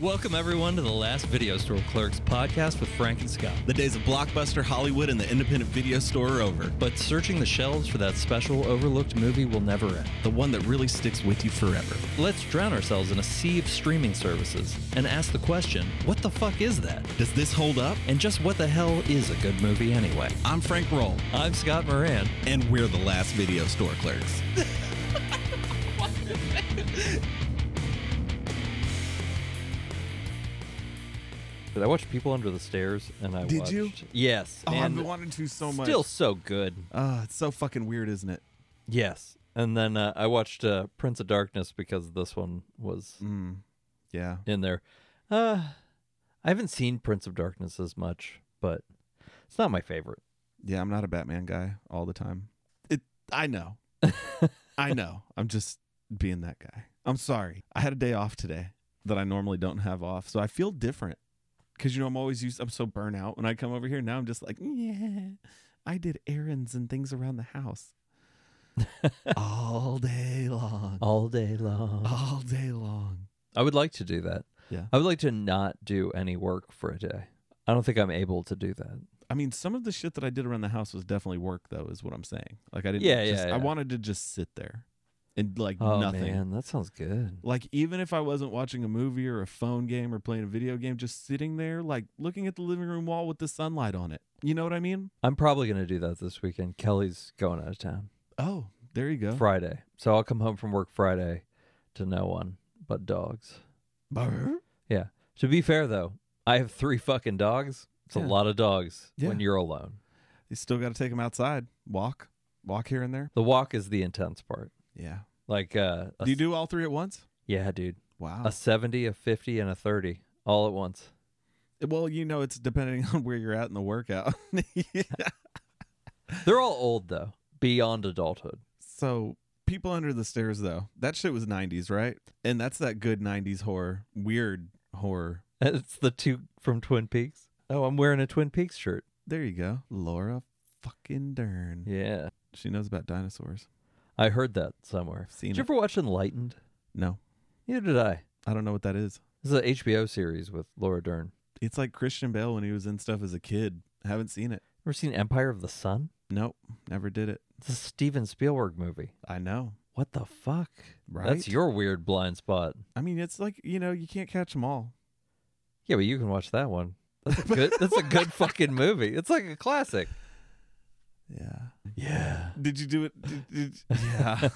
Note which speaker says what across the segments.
Speaker 1: Welcome, everyone, to the last Video Store Clerks podcast with Frank and Scott.
Speaker 2: The days of Blockbuster, Hollywood, and the independent video store are over.
Speaker 1: But searching the shelves for that special overlooked movie will never end.
Speaker 2: The one that really sticks with you forever.
Speaker 1: Let's drown ourselves in a sea of streaming services and ask the question what the fuck is that?
Speaker 2: Does this hold up?
Speaker 1: And just what the hell is a good movie anyway?
Speaker 2: I'm Frank Roll,
Speaker 1: I'm Scott Moran.
Speaker 2: and we're the last Video Store Clerks.
Speaker 1: Did I watch People Under the Stairs? And I
Speaker 2: Did
Speaker 1: watched,
Speaker 2: you?
Speaker 1: Yes.
Speaker 2: Oh, I've
Speaker 1: and
Speaker 2: been wanting to so much.
Speaker 1: still so good.
Speaker 2: Ah, it's so fucking weird, isn't it?
Speaker 1: Yes. And then uh, I watched uh, Prince of Darkness because this one was
Speaker 2: Yeah.
Speaker 1: in there. Uh, I haven't seen Prince of Darkness as much, but it's not my favorite.
Speaker 2: Yeah, I'm not a Batman guy all the time. It I know. I know. I'm just being that guy. I'm sorry. I had a day off today that I normally don't have off, so I feel different. Cause you know I'm always used I'm so burnt out when I come over here. Now I'm just like, yeah. I did errands and things around the house. all day long.
Speaker 1: All day long.
Speaker 2: All day long.
Speaker 1: I would like to do that.
Speaker 2: Yeah.
Speaker 1: I would like to not do any work for a day. I don't think I'm able to do that.
Speaker 2: I mean, some of the shit that I did around the house was definitely work though, is what I'm saying. Like I didn't
Speaker 1: Yeah,
Speaker 2: just,
Speaker 1: yeah, yeah.
Speaker 2: I wanted to just sit there and like
Speaker 1: Oh
Speaker 2: nothing.
Speaker 1: man, that sounds good.
Speaker 2: Like even if I wasn't watching a movie or a phone game or playing a video game, just sitting there like looking at the living room wall with the sunlight on it. You know what I mean?
Speaker 1: I'm probably gonna do that this weekend. Kelly's going out of town
Speaker 2: Oh, there you go.
Speaker 1: Friday, so I'll come home from work Friday to no one but dogs.
Speaker 2: Brr.
Speaker 1: Yeah. To be fair though, I have three fucking dogs. It's
Speaker 2: Yeah.
Speaker 1: a lot of dogs when
Speaker 2: Yeah.
Speaker 1: you're alone.
Speaker 2: You still got to take them outside, walk, walk here and there.
Speaker 1: The walk is the intense part.
Speaker 2: Yeah.
Speaker 1: Like uh a
Speaker 2: Do you do all three at once?
Speaker 1: Yeah, dude.
Speaker 2: Wow.
Speaker 1: A 70, a 50, and a 30 all at once.
Speaker 2: well, you know, it's depending on where you're at in the workout. Yeah.
Speaker 1: They're all old, though, beyond adulthood.
Speaker 2: So, people under the stairs, though, that shit was 90s, right? And that's that good 90s horror, weird horror.
Speaker 1: And It's the two from Twin Peaks. Oh, I'm wearing a Twin Peaks shirt.
Speaker 2: There you go. Laura fucking Dern.
Speaker 1: Yeah.
Speaker 2: She knows about dinosaurs.
Speaker 1: I heard that somewhere.
Speaker 2: I've seen
Speaker 1: Did
Speaker 2: it.
Speaker 1: you ever watch Enlightened?
Speaker 2: No,
Speaker 1: Neither did I.
Speaker 2: I don't know what that is.
Speaker 1: This is an HBO series with Laura Dern.
Speaker 2: It's like Christian Bale when he was in stuff as a kid. Haven't seen it.
Speaker 1: Ever seen Empire of the Sun?
Speaker 2: Nope, never did it.
Speaker 1: It's a Steven Spielberg movie.
Speaker 2: I know.
Speaker 1: What the fuck?
Speaker 2: Right?
Speaker 1: That's your weird blind spot.
Speaker 2: I mean, it's like you know, you can't catch them all.
Speaker 1: Yeah, but you can watch that one. That's a good, that's a good fucking movie. It's like a classic.
Speaker 2: Yeah.
Speaker 1: Yeah.
Speaker 2: Did you do it? Did, did, yeah.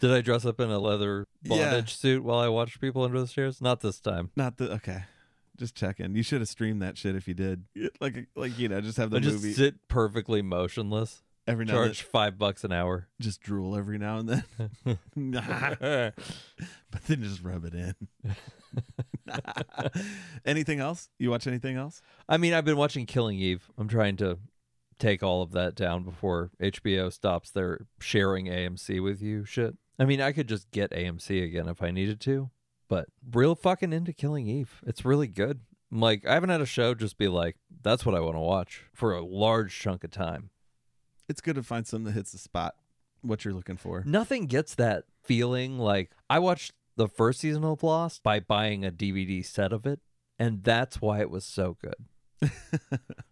Speaker 1: Did I dress up in a leather
Speaker 2: Yeah.
Speaker 1: bondage suit while I watched people under the stairs? Not this time.
Speaker 2: Not the okay. Just checking. You should have streamed that shit if you did. Like, like you know, just have the
Speaker 1: I just
Speaker 2: movie
Speaker 1: sit perfectly motionless,
Speaker 2: every now and
Speaker 1: charge
Speaker 2: then.
Speaker 1: five bucks an hour.
Speaker 2: Just drool every now and then. Nah.
Speaker 1: I
Speaker 2: but then just rub it in. anything else? You watch anything else?
Speaker 1: mean, I've been watching Killing Eve. I'm trying to take all of that down before HBO stops their sharing AMC with you shit. I mean, I could just get AMC again if I needed to, but real fucking into Killing Eve. It's really good. Like, I haven't had a show just be like, that's what I want to watch for a large chunk of time.
Speaker 2: It's good to find something that hits the spot. What you're looking for.
Speaker 1: Nothing gets that feeling like I watched the first season of Lost by buying a DVD set of it, and that's why it was so good.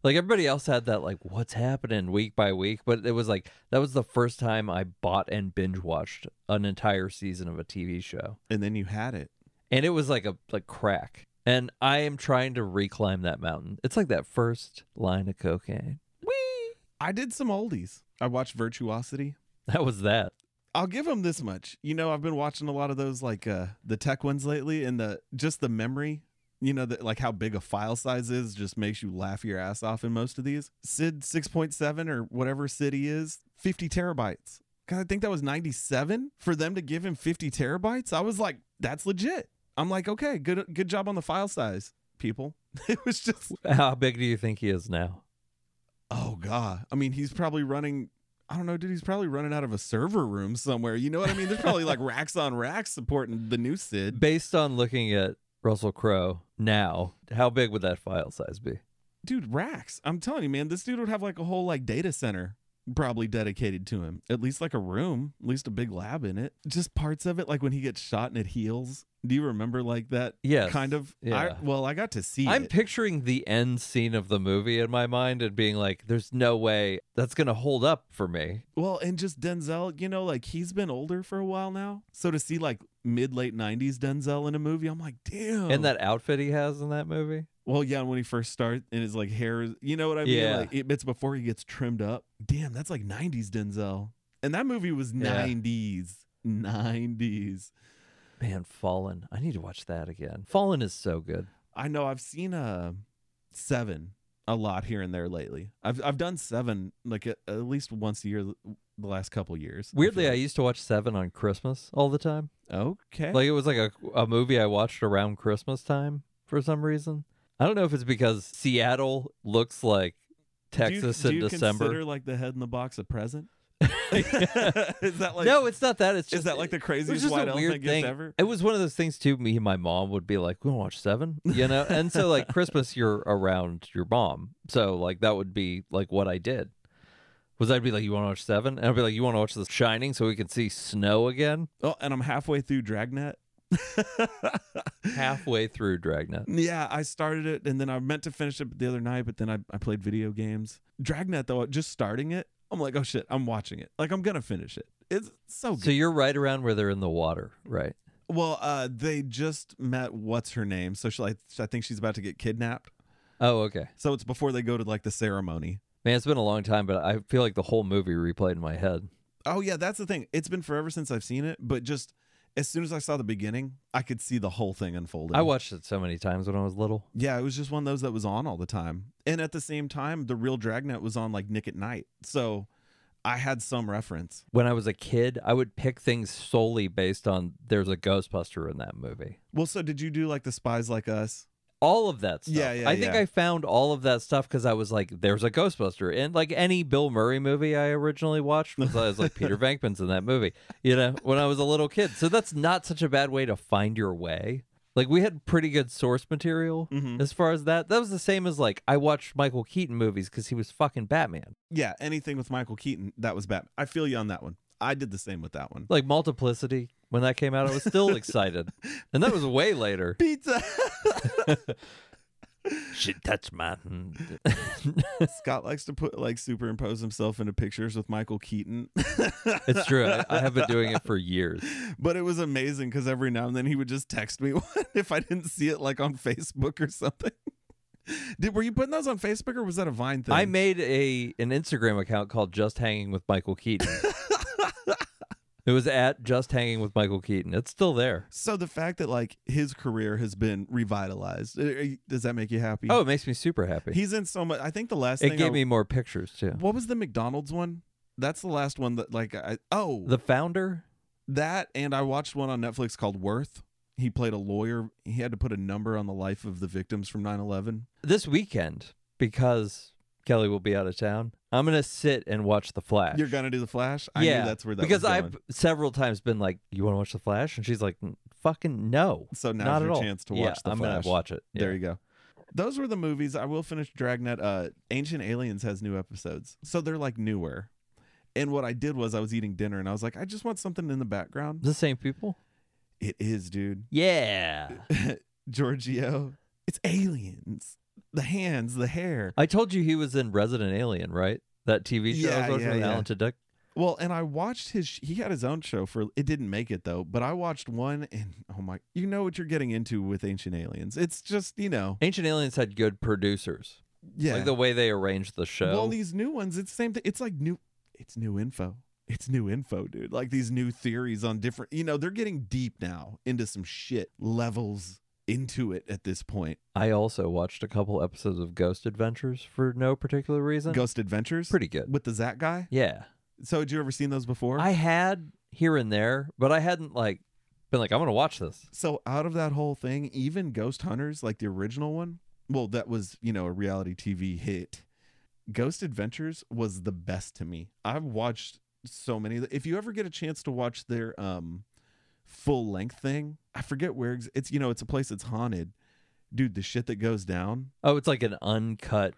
Speaker 1: like everybody else had that like what's happening week by week, but it was like that was the first time I bought and binge watched an entire season of a TV show.
Speaker 2: And then you had it.
Speaker 1: And it was like a like crack. And I am trying to reclimb that mountain. It's like that first line of cocaine.
Speaker 2: I did some oldies. I watched Virtuosity.
Speaker 1: That was that.
Speaker 2: I'll give them this much. You know, I've been watching a lot of those like uh the tech ones lately and the just the memory, you know, that like how big a file size is just makes you laugh your ass off in most of these. SID 6.7 or whatever SID he is, 50 terabytes. God, I think that was 97 for them to give him 50 terabytes. I was like, that's legit. I'm like, okay, good good job on the file size, people. It was just
Speaker 1: How big do you think he is now?
Speaker 2: Oh god. I mean, he's probably running I don't know, dude, he's probably running out of a server room somewhere. You know what I mean? There's probably like racks on racks supporting the new Sid.
Speaker 1: based on looking at Russell Crowe now, how big would that file size be?
Speaker 2: Dude, racks. I'm telling you, man, this dude would have like a whole like data center probably dedicated to him. At least like a room, at least a big lab in it. Just parts of it, like when he gets shot and it heals. Do you remember like that?
Speaker 1: Yes.
Speaker 2: Kind of.
Speaker 1: Yeah.
Speaker 2: I, well, I got to see
Speaker 1: I'm
Speaker 2: it.
Speaker 1: picturing the end scene of the movie in my mind and being like, there's no way that's going to hold up for me.
Speaker 2: Well, and just Denzel, you know, like he's been older for a while now. So to see like mid late 90s Denzel in a movie, I'm like, damn.
Speaker 1: And that outfit he has in that movie.
Speaker 2: Well, yeah, when he first starts and his like hair is, you know what I mean?
Speaker 1: Yeah.
Speaker 2: Like it, it's before he gets trimmed up. Damn, that's like 90s Denzel. And that movie was
Speaker 1: Yeah.
Speaker 2: 90s. 90s.
Speaker 1: Man, Fallen. I need to watch that again. Fallen is so good.
Speaker 2: I know I've seen uh, 7 a lot here and there lately. I've I've done 7 like at, at least once a year the last couple years. I
Speaker 1: Weirdly,
Speaker 2: feel
Speaker 1: I used to watch Seven on Christmas all the time.
Speaker 2: like. okay.
Speaker 1: Like it was like a, a movie I watched around Christmas time for some reason. I don't know if it's because Seattle looks like
Speaker 2: Do you-
Speaker 1: Texas
Speaker 2: do
Speaker 1: in
Speaker 2: you
Speaker 1: December.
Speaker 2: Consider like the head in the box a present? is that like
Speaker 1: no, it's not that. It's just
Speaker 2: is that like the
Speaker 1: it was
Speaker 2: craziest
Speaker 1: just
Speaker 2: white
Speaker 1: a weird
Speaker 2: elephant gift
Speaker 1: thing.
Speaker 2: ever?
Speaker 1: It was one of those things too. Me and my mom would be like, "We want to watch Seven, you know. And so like Christmas, you're around your mom, so like that would be like what I did. Was I'd be like, "You want to watch Seven? And I'd be like, "You want to watch The Shining, so we can see snow again."
Speaker 2: Oh, and I'm halfway through Dragnet.
Speaker 1: Halfway through Dragnet,
Speaker 2: Yeah, I started it and then I meant to finish it the other night, but then I, I played video games. Dragnet though, just starting it, I'm like, oh shit, I'm watching it. Like I'm gonna finish it. It's so good.
Speaker 1: so you're right around where they're in the water, right?
Speaker 2: well, uh, they just met what's her name, so she, I, I think she's about to get kidnapped.
Speaker 1: Oh, okay.
Speaker 2: So it's before they go to like the ceremony.
Speaker 1: Man, it's been a long time, but I feel like the whole movie replayed in my head.
Speaker 2: Oh yeah, that's the thing. It's been forever since I've seen it, but just as soon as I saw the beginning, I could see the whole thing unfolding.
Speaker 1: I watched it so many times when I was little.
Speaker 2: Yeah, it was just one of those that was on all the time. And at the same time, the real Dragnet was on like Nick at Night. So I had some reference.
Speaker 1: When I was a kid, I would pick things solely based on there's a Ghostbuster in that movie.
Speaker 2: Well, so did you do like the spies like us?
Speaker 1: All of that stuff.
Speaker 2: Yeah, yeah,
Speaker 1: I think
Speaker 2: yeah.
Speaker 1: I found all of that stuff because I was like, there's a Ghostbuster. And like any Bill Murray movie I originally watched was I was like, Peter Venkman's in that movie, you know, when I was a little kid. So that's not such a bad way to find your way. Like we had pretty good source material
Speaker 2: Mm-hmm.
Speaker 1: as far as that. That was the same as like I watched Michael Keaton movies because he was fucking Batman.
Speaker 2: Yeah, anything with Michael Keaton, that was bad. I feel you on that one. I did the same with that one.
Speaker 1: like multiplicity when that came out i was still excited and that was way later
Speaker 2: Pizza.
Speaker 1: shit that's mine
Speaker 2: Scott likes to put like superimpose himself into pictures with Michael Keaton.
Speaker 1: it's true I, I have been doing it for years
Speaker 2: But it was amazing because every now and then he would just text me one if I didn't see it like on Facebook or something. Did were you putting those on Facebook or was that a Vine thing?
Speaker 1: i made a an instagram account called just hanging with michael keaton it was at just hanging with michael keaton it's still there
Speaker 2: so the fact that like his career has been revitalized, uh, uh, does that make you happy?
Speaker 1: oh it makes me super happy
Speaker 2: he's in so much. I think the last
Speaker 1: it
Speaker 2: thing
Speaker 1: gave
Speaker 2: I-
Speaker 1: me more pictures too
Speaker 2: What was the McDonald's one? That's the last one that like I oh
Speaker 1: the founder
Speaker 2: that and I watched one on Netflix called Worth. He played a lawyer. He had to put a number on the life of the victims from 9/11.
Speaker 1: this weekend because kelly will be out of town i'm gonna sit and watch the flash
Speaker 2: You're gonna do the Flash. I
Speaker 1: Yeah,
Speaker 2: knew that's where that
Speaker 1: because
Speaker 2: was going.
Speaker 1: I've several times been like, "You want to watch The Flash?" and she's like, "N- "Fucking no,
Speaker 2: So now's
Speaker 1: not
Speaker 2: your
Speaker 1: at all."
Speaker 2: chance to
Speaker 1: Yeah,
Speaker 2: watch the
Speaker 1: I'm
Speaker 2: Flash.
Speaker 1: gonna watch it.
Speaker 2: There you go. Those were the movies. I will finish Dragnet. Uh, Ancient Aliens has new episodes, so they're like newer. And what I did was I was eating dinner and I was like, I just want something in the background.
Speaker 1: The same people.
Speaker 2: It is, dude.
Speaker 1: Yeah,
Speaker 2: Giorgio, it's aliens. The hands, the hair.
Speaker 1: I told you he was in Resident Alien, right? That TV show I
Speaker 2: Yeah,
Speaker 1: was watching
Speaker 2: yeah,
Speaker 1: with
Speaker 2: yeah.
Speaker 1: Alan Tudyk.
Speaker 2: Well, and I watched his. He had his own show for. It didn't make it though. But I watched one, and oh my, you know what you're getting into with Ancient Aliens. It's just you know,
Speaker 1: Ancient Aliens had good producers,
Speaker 2: yeah.
Speaker 1: like the way they arranged the show.
Speaker 2: Well, these new ones, it's the same thing. It's like new, it's new info. It's new info, dude. Like these new theories on different, you know, they're getting deep now into some shit levels into it at this point.
Speaker 1: I also watched a couple episodes of Ghost Adventures for no particular reason.
Speaker 2: Ghost Adventures
Speaker 1: Pretty good.
Speaker 2: with the Zach guy.
Speaker 1: Yeah,
Speaker 2: So, had you ever seen those before?
Speaker 1: I had here and there, but I hadn't like been like, "I'm gonna watch this."
Speaker 2: so, out of that whole thing, even Ghost Hunters, like the original one, well, that was, you know, a reality TV hit. Ghost Adventures was the best to me. I've watched so many. If you ever get a chance to watch their um full length thing, I forget where ex- it's you know, it's a place that's haunted. Dude, the shit that goes down.
Speaker 1: Oh, it's like an uncut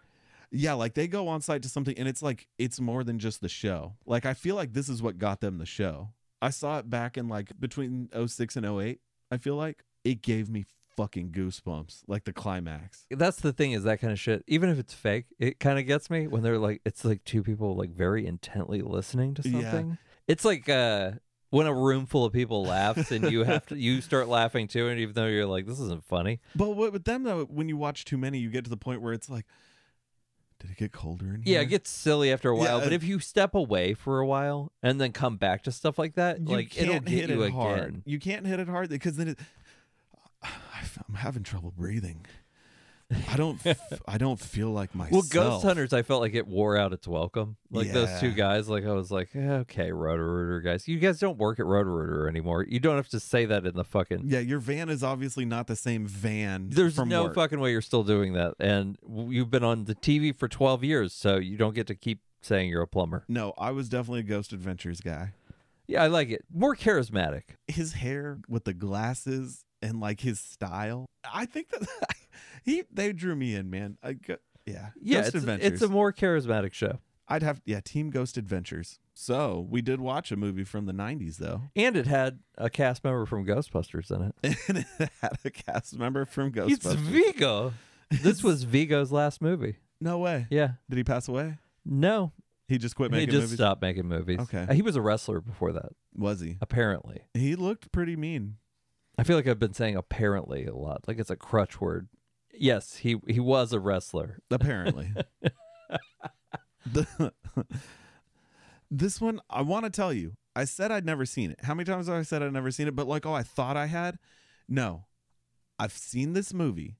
Speaker 2: Yeah, like they go on site to something and it's like it's more than just the show. Like I feel like this is what got them the show. I saw it back in like between 06 and 08, I feel like. It gave me fucking goosebumps, like the climax.
Speaker 1: That's the thing is that kind of shit. Even if it's fake, it kind of gets me when they're like, it's like two people like very intently listening to
Speaker 2: Yeah.
Speaker 1: something. It's like uh, when a room full of people laughs and you have to, you start laughing too, and even though you're like, this isn't funny.
Speaker 2: But what with them though, when you watch too many, you get to the point where it's like, did it get colder in here?
Speaker 1: Yeah, it gets silly after a while,
Speaker 2: Yeah,
Speaker 1: but
Speaker 2: uh,
Speaker 1: if you step away for a while and then come back to stuff like that,
Speaker 2: You
Speaker 1: like
Speaker 2: can't
Speaker 1: it'll get
Speaker 2: hit
Speaker 1: you
Speaker 2: it
Speaker 1: again.
Speaker 2: hard. You can't hit it hard because then it. I'm having trouble breathing. I don't. f- I don't feel like myself.
Speaker 1: Well, Ghost Hunters, I felt like it wore out its welcome. Like those two
Speaker 2: Yeah.
Speaker 1: guys, like I was like, "Eh, okay, Roto Rooter guys, you guys don't work at Roto Rooter anymore. You don't have to say that in the fucking.
Speaker 2: Yeah, your van is obviously not the same van.
Speaker 1: There's
Speaker 2: from
Speaker 1: no
Speaker 2: work.
Speaker 1: fucking way you're still doing that, and w- you've been on the TV for 12 years, so you don't get to keep saying you're a plumber.
Speaker 2: No, I was definitely a Ghost Adventures guy.
Speaker 1: Yeah, I like it. More charismatic.
Speaker 2: His hair with the glasses and like his style. I think that he they drew me in, man. I go, yeah,
Speaker 1: Yeah,
Speaker 2: Ghost
Speaker 1: it's,
Speaker 2: Adventures.
Speaker 1: it's a more charismatic show,
Speaker 2: I'd have yeah, Team Ghost Adventures. So we did watch a movie from the '90s though,
Speaker 1: and it had a cast member from Ghostbusters in it.
Speaker 2: and it had a cast member from Ghostbusters.
Speaker 1: It's Vigo. This was Vigo's last movie.
Speaker 2: no way.
Speaker 1: Yeah.
Speaker 2: Did he pass away?
Speaker 1: No,
Speaker 2: He just quit
Speaker 1: he
Speaker 2: making
Speaker 1: just
Speaker 2: movies.
Speaker 1: stopped making movies.
Speaker 2: Okay.
Speaker 1: Uh, he was a wrestler before that,
Speaker 2: Was he?
Speaker 1: apparently.
Speaker 2: He looked pretty mean.
Speaker 1: I feel like I've been saying apparently a lot, like it's a crutch word. Yes, he he was a wrestler.
Speaker 2: Apparently. The- this one, I want to tell you. I said I'd never seen it. How many times have I said I'd never seen it? But like, oh, I thought I had. No, I've seen this movie.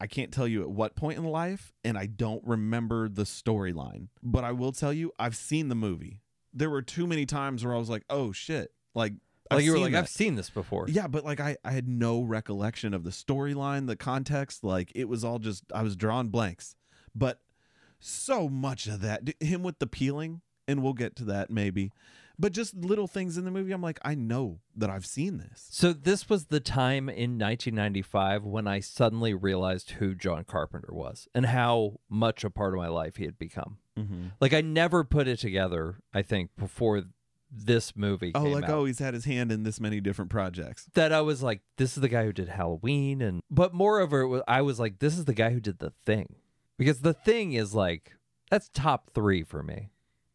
Speaker 2: I can't tell you at what point in life, and I don't remember the storyline. But I will tell you, I've seen the movie. There were too many times where I was like, oh shit. Like,
Speaker 1: Like
Speaker 2: I've
Speaker 1: you were
Speaker 2: seen
Speaker 1: like,
Speaker 2: that.
Speaker 1: I've seen this before.
Speaker 2: Yeah, but like I, I had no recollection of the storyline, the context. Like it was all just I was drawing blanks. But so much of that, d- him with the peeling, and we'll get to that maybe. But just little things in the movie, I'm like, I know that I've seen this.
Speaker 1: So this was the time in 1995 when I suddenly realized who John Carpenter was and how much a part of my life he had become.
Speaker 2: Mm-hmm.
Speaker 1: Like I never put it together, I think, before this movie
Speaker 2: Oh,
Speaker 1: came
Speaker 2: like
Speaker 1: out.
Speaker 2: oh, he's had his hand in this many different projects.
Speaker 1: that I was like, this is the guy who did Halloween, and but moreover, it was, I was like, this is the guy who did the thing, because the thing is like that's top three for me,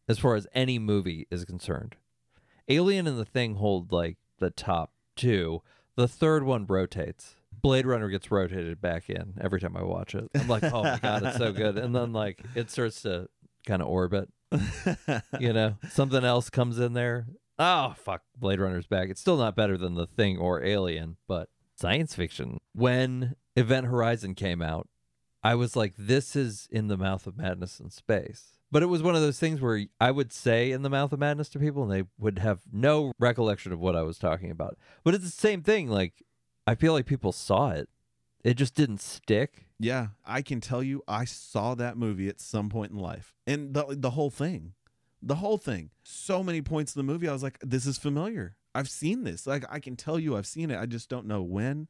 Speaker 1: as far as any movie is concerned. Alien and the Thing hold like the top two. The third one rotates. Blade Runner gets rotated back in every time I watch it. I'm like, oh my god, it's so good, and then like it starts to kind of orbit. You know, something else comes in there. Oh fuck, Blade Runner's back. It's still not better than The Thing or Alien, but science fiction. When Event Horizon came out, I was like, this is in the mouth of madness in space. But it was one of those things where I would say in the mouth of madness to people and they would have no recollection of what I was talking about. But it's the same thing. Like, I feel like people saw it, it just didn't stick.
Speaker 2: Yeah, I can tell you, I saw that movie at some point in life, and the the whole thing, the whole thing. So many points in the movie, I was like, "This is familiar. I've seen this. Like, I can tell you, I've seen it. I just don't know when,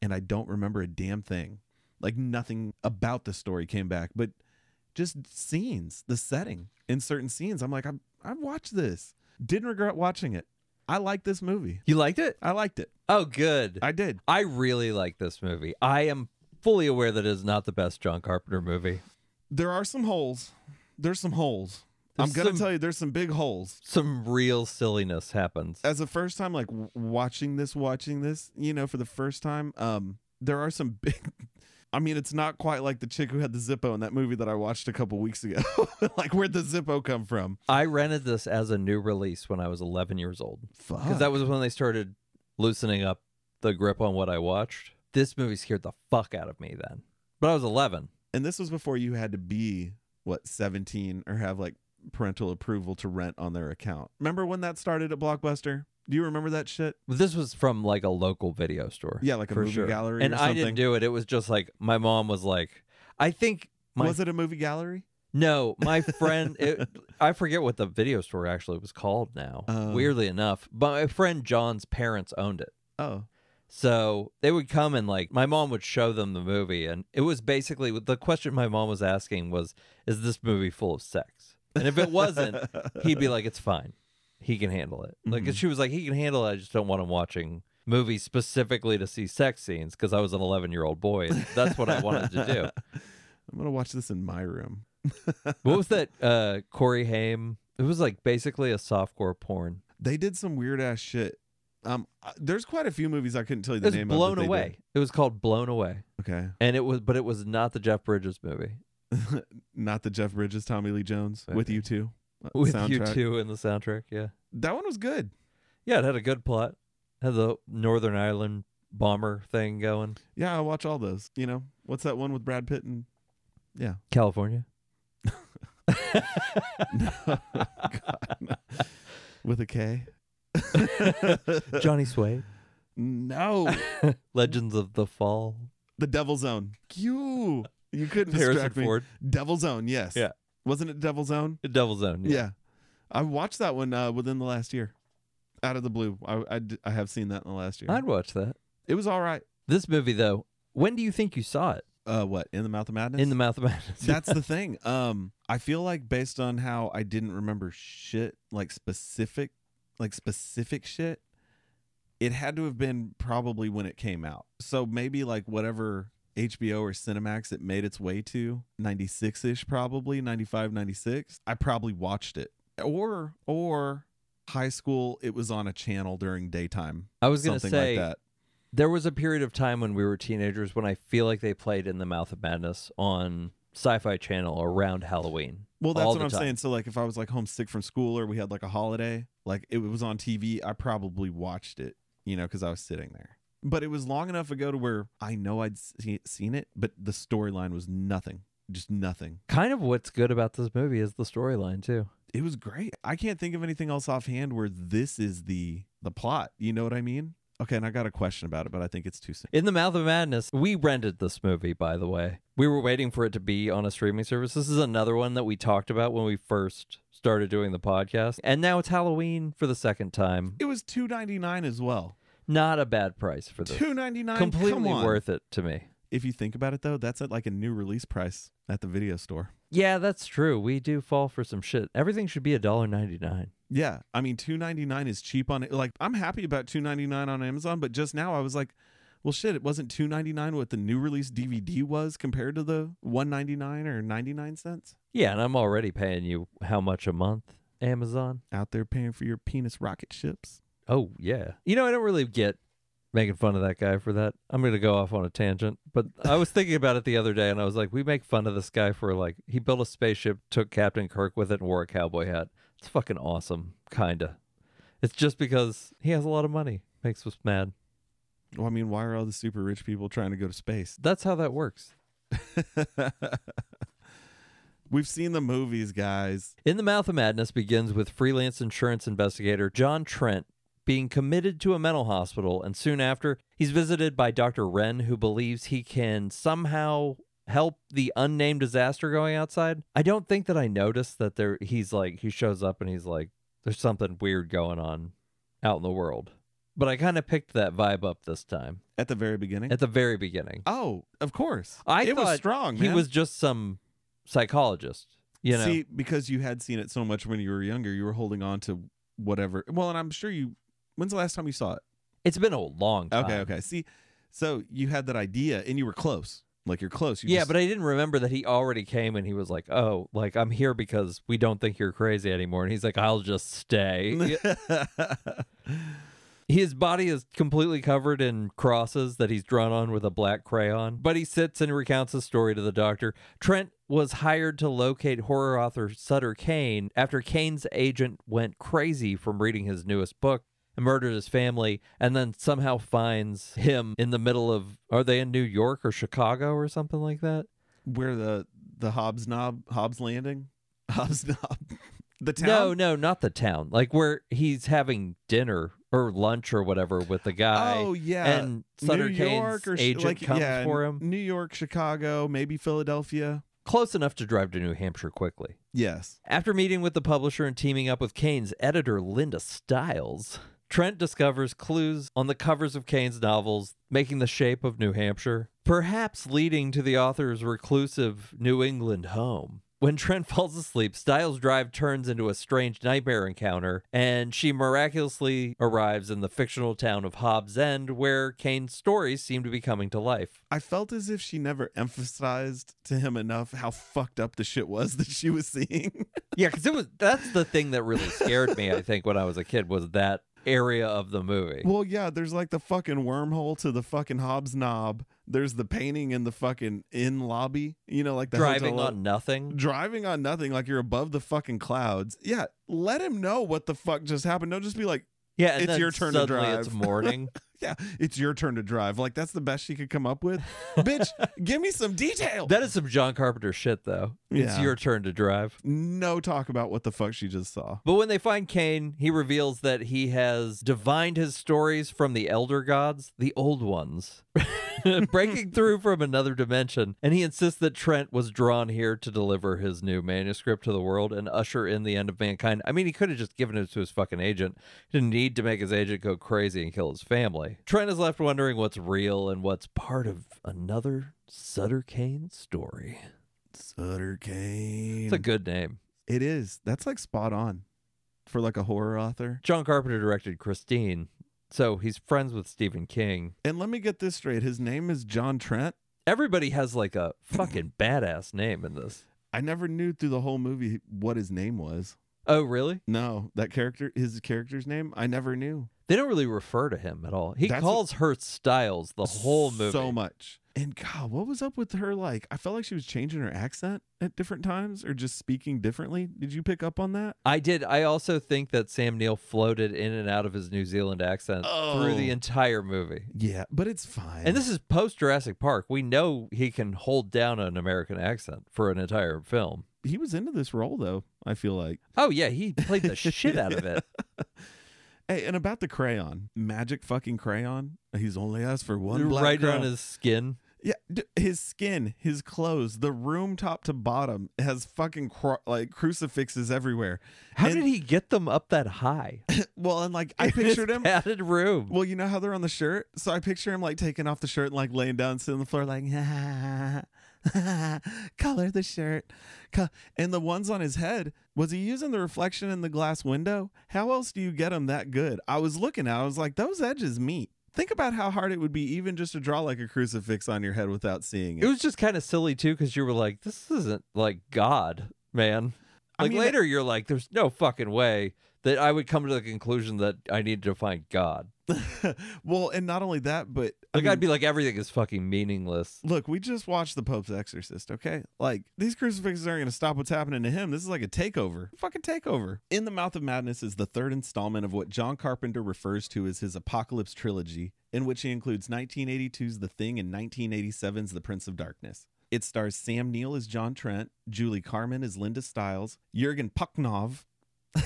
Speaker 2: and I don't remember a damn thing. Like, nothing about the story came back, but just scenes, the setting in certain scenes. I'm like, I I watched this. Didn't regret watching it. I liked this movie.
Speaker 1: You liked it?
Speaker 2: I liked it.
Speaker 1: Oh, good.
Speaker 2: I did.
Speaker 1: I really like this movie. I am fully aware that it is not the best John Carpenter movie.
Speaker 2: There are some holes. There's some holes. I'm
Speaker 1: There's
Speaker 2: gonna
Speaker 1: some-
Speaker 2: tell you, there's some big holes.
Speaker 1: Some real silliness happens.
Speaker 2: as a first time like w- watching this watching this you know for the first time um there are some big i mean it's not quite like the chick who had the zippo in that movie that i watched a couple weeks ago like where'd the zippo come from
Speaker 1: I rented this as a new release when I was 11 years old
Speaker 2: fuck
Speaker 1: because that was when they started loosening up the grip on what I watched. This movie scared the fuck out of me then. But I was 11.
Speaker 2: and this was before you had to be what 17 or have like parental approval to rent on their account remember when that started at blockbuster do you remember that shit
Speaker 1: But This was from like a local video store.
Speaker 2: yeah like a
Speaker 1: for
Speaker 2: movie
Speaker 1: sure.
Speaker 2: gallery
Speaker 1: And
Speaker 2: or
Speaker 1: I
Speaker 2: something
Speaker 1: didn't do it. It was just like my mom was like, I think my
Speaker 2: was it a movie gallery
Speaker 1: No, my friend, it, I forget what the video store actually was called now,
Speaker 2: Oh.
Speaker 1: weirdly enough, but my friend John's parents owned it.
Speaker 2: oh
Speaker 1: So they would come and like my mom would show them the movie, and it was basically the question my mom was asking was, "Is this movie full of sex?" And if it wasn't, he'd be like, "It's fine, he can handle it." Like
Speaker 2: Mhm.
Speaker 1: she was like, "He can handle it. I just don't want him watching movies specifically to see sex scenes because I was an 11 year old boy. And that's what I wanted to do."
Speaker 2: I'm gonna watch this in my room.
Speaker 1: What was that? Uh, Corey Haim. It was like basically a softcore porn.
Speaker 2: They did some weird ass shit. Um, uh, there's quite a few movies I couldn't tell you
Speaker 1: It
Speaker 2: the
Speaker 1: was
Speaker 2: name. of
Speaker 1: blown
Speaker 2: that they
Speaker 1: away. It was called Blown Away,
Speaker 2: did. Okay,
Speaker 1: and it was, but it was not the Jeff Bridges movie
Speaker 2: not the Jeff Bridges, Tommy Lee Jones with
Speaker 1: Okay.
Speaker 2: you two. uh,
Speaker 1: with you
Speaker 2: soundtrack.
Speaker 1: two in the soundtrack. Yeah,
Speaker 2: That one was good.
Speaker 1: yeah, it had a good plot. Had the Northern Ireland bomber thing going.
Speaker 2: Yeah, I watch all those. You know, what's that one with Brad Pitt and yeah.
Speaker 1: California.
Speaker 2: God. With a K. Uh,
Speaker 1: Johnny Sway.
Speaker 2: no,
Speaker 1: Legends of the Fall.
Speaker 2: the Devil's Own. You, you couldn't
Speaker 1: Harrison
Speaker 2: distract me.
Speaker 1: Ford.
Speaker 2: Devil's Own, yes.
Speaker 1: Yeah.
Speaker 2: wasn't it Devil's Own?
Speaker 1: Devil Zone.
Speaker 2: Yeah, I watched that one uh, within the last year, out of the blue. I, I d- I have seen that in the last year.
Speaker 1: I'd watch that.
Speaker 2: it was all right.
Speaker 1: This movie though. When do you think you saw it?
Speaker 2: Uh, what in the mouth of madness?
Speaker 1: In the mouth of madness.
Speaker 2: That's the thing. Um, I feel like based on how I didn't remember shit, like specific, like specific shit, it had to have been probably when it came out. So maybe like whatever HBO or Cinemax it made its way to, 96 ish, probably 95, 96. I probably watched it. Or, or high school, it was on a channel during daytime.
Speaker 1: I was gonna
Speaker 2: Something
Speaker 1: say
Speaker 2: like that.
Speaker 1: there was a period of time when we were teenagers when I feel like they played In the Mouth of Madness on Sci-Fi Channel around Halloween.
Speaker 2: Well, that's
Speaker 1: all
Speaker 2: what
Speaker 1: the
Speaker 2: I'm
Speaker 1: time.
Speaker 2: saying. So, like, if I was like homesick from school or we had like a holiday, like it was on TV, I probably watched it, you know, because I was sitting there. But it was long enough ago to where I know I'd see, seen it, but the storyline was nothing, just nothing.
Speaker 1: Kind of what's good about this movie is the storyline too.
Speaker 2: It was great. I can't think of anything else offhand where this is the the plot. You know what I mean? Okay, and I got a question about it, but I think it's too soon.
Speaker 1: In the Mouth of Madness, we rented this movie, by the way. We were waiting for it to be on a streaming service. This is another one that we talked about when we first started doing the podcast. And now it's Halloween for the second time.
Speaker 2: It was two ninety nine as well.
Speaker 1: Not a bad price for this.
Speaker 2: Two ninety nine,
Speaker 1: Completely worth it to me.
Speaker 2: If you think about it, though, that's at like a new release price at the video store.
Speaker 1: Yeah, that's true. We do fall for some shit. Everything should be $1.99.
Speaker 2: Yeah, I mean, two ninety nine is cheap on it. Like, I'm happy about two ninety nine on Amazon, but just now I was like, well, shit, it wasn't two ninety nine what the new release DVD was compared to the one ninety nine or ninety nine cents
Speaker 1: Yeah, and I'm already paying you how much a month? Amazon?
Speaker 2: out there paying for your penis rocket ships.
Speaker 1: Oh, yeah. You know, I don't really get making fun of that guy for that. I'm going to go off on a tangent, but I was thinking about it the other day and I was like, we make fun of this guy for like, he built a spaceship, took Captain Kirk with it, and wore a cowboy hat. It's fucking awesome, kind of. It's just because he has a lot of money, makes us mad.
Speaker 2: Well, I mean, why are all the super rich people trying to go to space?
Speaker 1: That's how that works.
Speaker 2: We've seen the movies, guys.
Speaker 1: In the Mouth of Madness begins with freelance insurance investigator John Trent being committed to a mental hospital, and soon after, he's visited by Dr. Wren, who believes he can somehow help the unnamed disaster going outside. I don't think that I noticed that there he's like he shows up and he's like, there's something weird going on out in the world. But I kind of picked that vibe up this time
Speaker 2: At the very beginning.
Speaker 1: at the very beginning.
Speaker 2: oh, of course.
Speaker 1: I
Speaker 2: it
Speaker 1: thought
Speaker 2: was strong.
Speaker 1: He
Speaker 2: Oh, man.
Speaker 1: was just some psychologist, you know.
Speaker 2: See, because you had seen it so much when you were younger, you were holding on to whatever. Well, and I'm sure you. When's the last time you saw it?
Speaker 1: it's been a long time.
Speaker 2: Okay, okay. See, so you had that idea, and you were close. Like you're close. You
Speaker 1: yeah,
Speaker 2: just-
Speaker 1: but I didn't remember that he already came and he was like, "Oh, like I'm here because we don't think you're crazy anymore." And he's like, "I'll just stay." His body is completely covered in crosses that he's drawn on with a black crayon, but he sits and recounts his story to the doctor. Trent was hired to locate horror author Sutter Kane after Kane's agent went crazy from reading his newest book and murdered his family and then somehow finds him in the middle of are they in New York or Chicago or something like that?
Speaker 2: where the the Hobbs knob Hobbs landing Hobbs knob the town.
Speaker 1: No, no, not the town. Like where he's having dinner or lunch or whatever with the guy.
Speaker 2: oh yeah.
Speaker 1: and Sutter
Speaker 2: New
Speaker 1: Kane's
Speaker 2: York or sh-
Speaker 1: agent
Speaker 2: like,
Speaker 1: comes
Speaker 2: yeah,
Speaker 1: for him.
Speaker 2: New York, Chicago, maybe Philadelphia.
Speaker 1: Close enough to drive to New Hampshire quickly.
Speaker 2: Yes.
Speaker 1: After meeting with the publisher and teaming up with Kane's editor, Linda Stiles, Trent discovers clues on the covers of Kane's novels, making the shape of New Hampshire, perhaps leading to the author's reclusive New England home. When Trent falls asleep, Styles' drive turns into a strange nightmare encounter, and she miraculously arrives in the fictional town of Hobbs End, where Kane's stories seem to be coming to life.
Speaker 2: I felt as if she never emphasized to him enough how fucked up the shit was that she was seeing.
Speaker 1: Yeah, because it was that's the thing that really scared me, I think, when I was a kid, was that area of the movie.
Speaker 2: well, yeah, there's like the fucking wormhole to the fucking Hobbs knob. There's the painting in the fucking inn lobby. You know, like the
Speaker 1: Driving
Speaker 2: hotel-
Speaker 1: on nothing.
Speaker 2: driving on nothing, like you're above the fucking clouds. Yeah, let him know what the fuck just happened. Don't just be like,
Speaker 1: Yeah, and
Speaker 2: It's
Speaker 1: then
Speaker 2: your turn to
Speaker 1: suddenly It's
Speaker 2: drive.
Speaker 1: morning.
Speaker 2: yeah, it's your turn to drive. Like that's the best she could come up with. Bitch, give me some detail.
Speaker 1: that is some John Carpenter shit, though. It's
Speaker 2: Yeah.
Speaker 1: your turn to drive.
Speaker 2: no talk about what the fuck she just saw.
Speaker 1: But when they find Cain, he reveals that he has divined his stories from the elder gods, the old ones, breaking through from another dimension. And he insists that Trent was drawn here to deliver his new manuscript to the world and usher in the end of mankind. I mean, he could have just given it to his fucking agent. He didn't need to make his agent go crazy and kill his family. Trent is left wondering what's real and what's part of another Sutter Kane story.
Speaker 2: Sutter Kane.
Speaker 1: It's a good name.
Speaker 2: it is. That's like spot on for like a horror author.
Speaker 1: John Carpenter directed Christine, so he's friends with Stephen King.
Speaker 2: And let me get this straight. His name is John Trent.
Speaker 1: Everybody has like a fucking badass name in this.
Speaker 2: I never knew through the whole movie what his name was.
Speaker 1: Oh, really?
Speaker 2: No, that character, his character's name, I never knew.
Speaker 1: They don't really refer to him at all. He
Speaker 2: That's a-
Speaker 1: calls her Styles the whole movie.
Speaker 2: So much. And God, what was up with her? Like, I felt like she was changing her accent at different times or just speaking differently. Did you pick up on that?
Speaker 1: I did. I also think that Sam Neill floated in and out of his New Zealand accent through the
Speaker 2: Oh.
Speaker 1: entire movie.
Speaker 2: Yeah, but it's fine.
Speaker 1: And this is post Jurassic Park. We know he can hold down an American accent for an entire film.
Speaker 2: he was into this role though, I feel like.
Speaker 1: Oh, yeah. He played the shit out of it.
Speaker 2: Hey, and about the crayon, magic fucking crayon. He's only asked for one black
Speaker 1: Right
Speaker 2: crayon.
Speaker 1: on his skin.
Speaker 2: Yeah, d- his skin, his clothes, the room top to bottom has fucking cru- like crucifixes everywhere.
Speaker 1: How
Speaker 2: And-
Speaker 1: did he get them up that high?
Speaker 2: Well, and like I
Speaker 1: In
Speaker 2: pictured
Speaker 1: his
Speaker 2: him.
Speaker 1: padded room.
Speaker 2: Well, you know how they're on the shirt, so I picture him like taking off the shirt and like laying down, sitting on the floor, like color the shirt. Co-. And the ones on his head, was he using the reflection in the glass window? How else do you get them that good? I was looking at, it, I was like, those edges meet. Think about how hard it would be even just to draw like a crucifix on your head without seeing it.
Speaker 1: It was just kind of silly too, because you were like, "This isn't like God, man."
Speaker 2: I
Speaker 1: Like
Speaker 2: mean,
Speaker 1: later, you're like, "There's no fucking way that I would come to the conclusion that I needed to find God."
Speaker 2: well, and not only that, but I
Speaker 1: Like
Speaker 2: mean,
Speaker 1: I'd be like, "Everything is fucking meaningless."
Speaker 2: look, we just watched The Pope's Exorcist, okay? Like, these crucifixes aren't going to stop what's happening to him. This is like a takeover. Fucking takeover. In the Mouth of Madness is the third installment of what John Carpenter refers to as his apocalypse trilogy, in which he includes 1982's The Thing and 1987's The Prince of Darkness. It stars Sam Neill as John Trent, Julie Carmen as Linda Stiles, Jurgen Pucknov.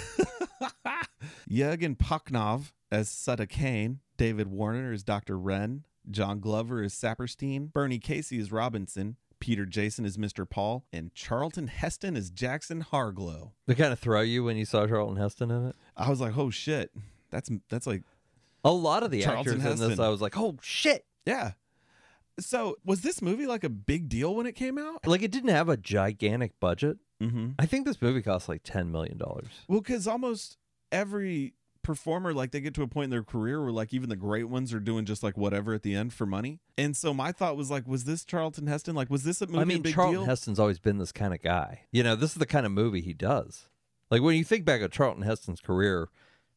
Speaker 2: Jurgen Pucknov as Sutta Kane, David Warner as Dr. Wren, John Glover is Saperstein, Bernie Casey is Robinson, Peter Jason is Mr. Paul, and Charlton Heston is Jackson Harglow.
Speaker 1: They kind of throw you when you saw Charlton Heston in it.
Speaker 2: I was like, oh shit, that's that's like
Speaker 1: A lot of the
Speaker 2: Charlton
Speaker 1: actors in this,
Speaker 2: Heston.
Speaker 1: I was like, "Oh shit!"
Speaker 2: yeah. So was this movie like a big deal when it came out?
Speaker 1: Like it didn't have a gigantic budget.
Speaker 2: Mm-hmm.
Speaker 1: I think this movie cost like ten million dollars.
Speaker 2: Well, because almost every performer, like they get to a point in their career where like even the great ones are doing just like whatever at the end for money. And so my thought was like, was this Charlton Heston? Like, was this a movie
Speaker 1: I
Speaker 2: a
Speaker 1: mean,
Speaker 2: big
Speaker 1: Charlton
Speaker 2: deal?
Speaker 1: Heston's always been this kind of guy. You know, this is the kind of movie he does. Like when you think back at Charlton Heston's career,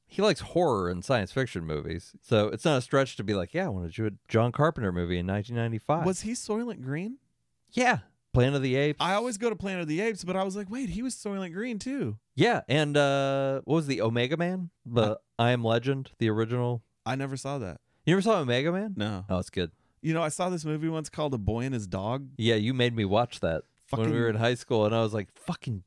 Speaker 1: he likes horror and science fiction movies. So it's not a stretch to be like, yeah, I want to do a John Carpenter movie in 1995.
Speaker 2: was he Soylent Green?
Speaker 1: yeah, Planet of the Apes.
Speaker 2: I always go to Planet of the Apes, but I was like, wait, he was Soylent Green too.
Speaker 1: yeah, and uh, what was the Omega Man? The I Am Legend, the original.
Speaker 2: I never saw that.
Speaker 1: You ever saw Omega Man?
Speaker 2: No.
Speaker 1: Oh, it's good.
Speaker 2: You know, I saw this movie once called A Boy and His Dog.
Speaker 1: Yeah, you made me watch that
Speaker 2: Fucking,
Speaker 1: when we were in high school, and I was like, fucking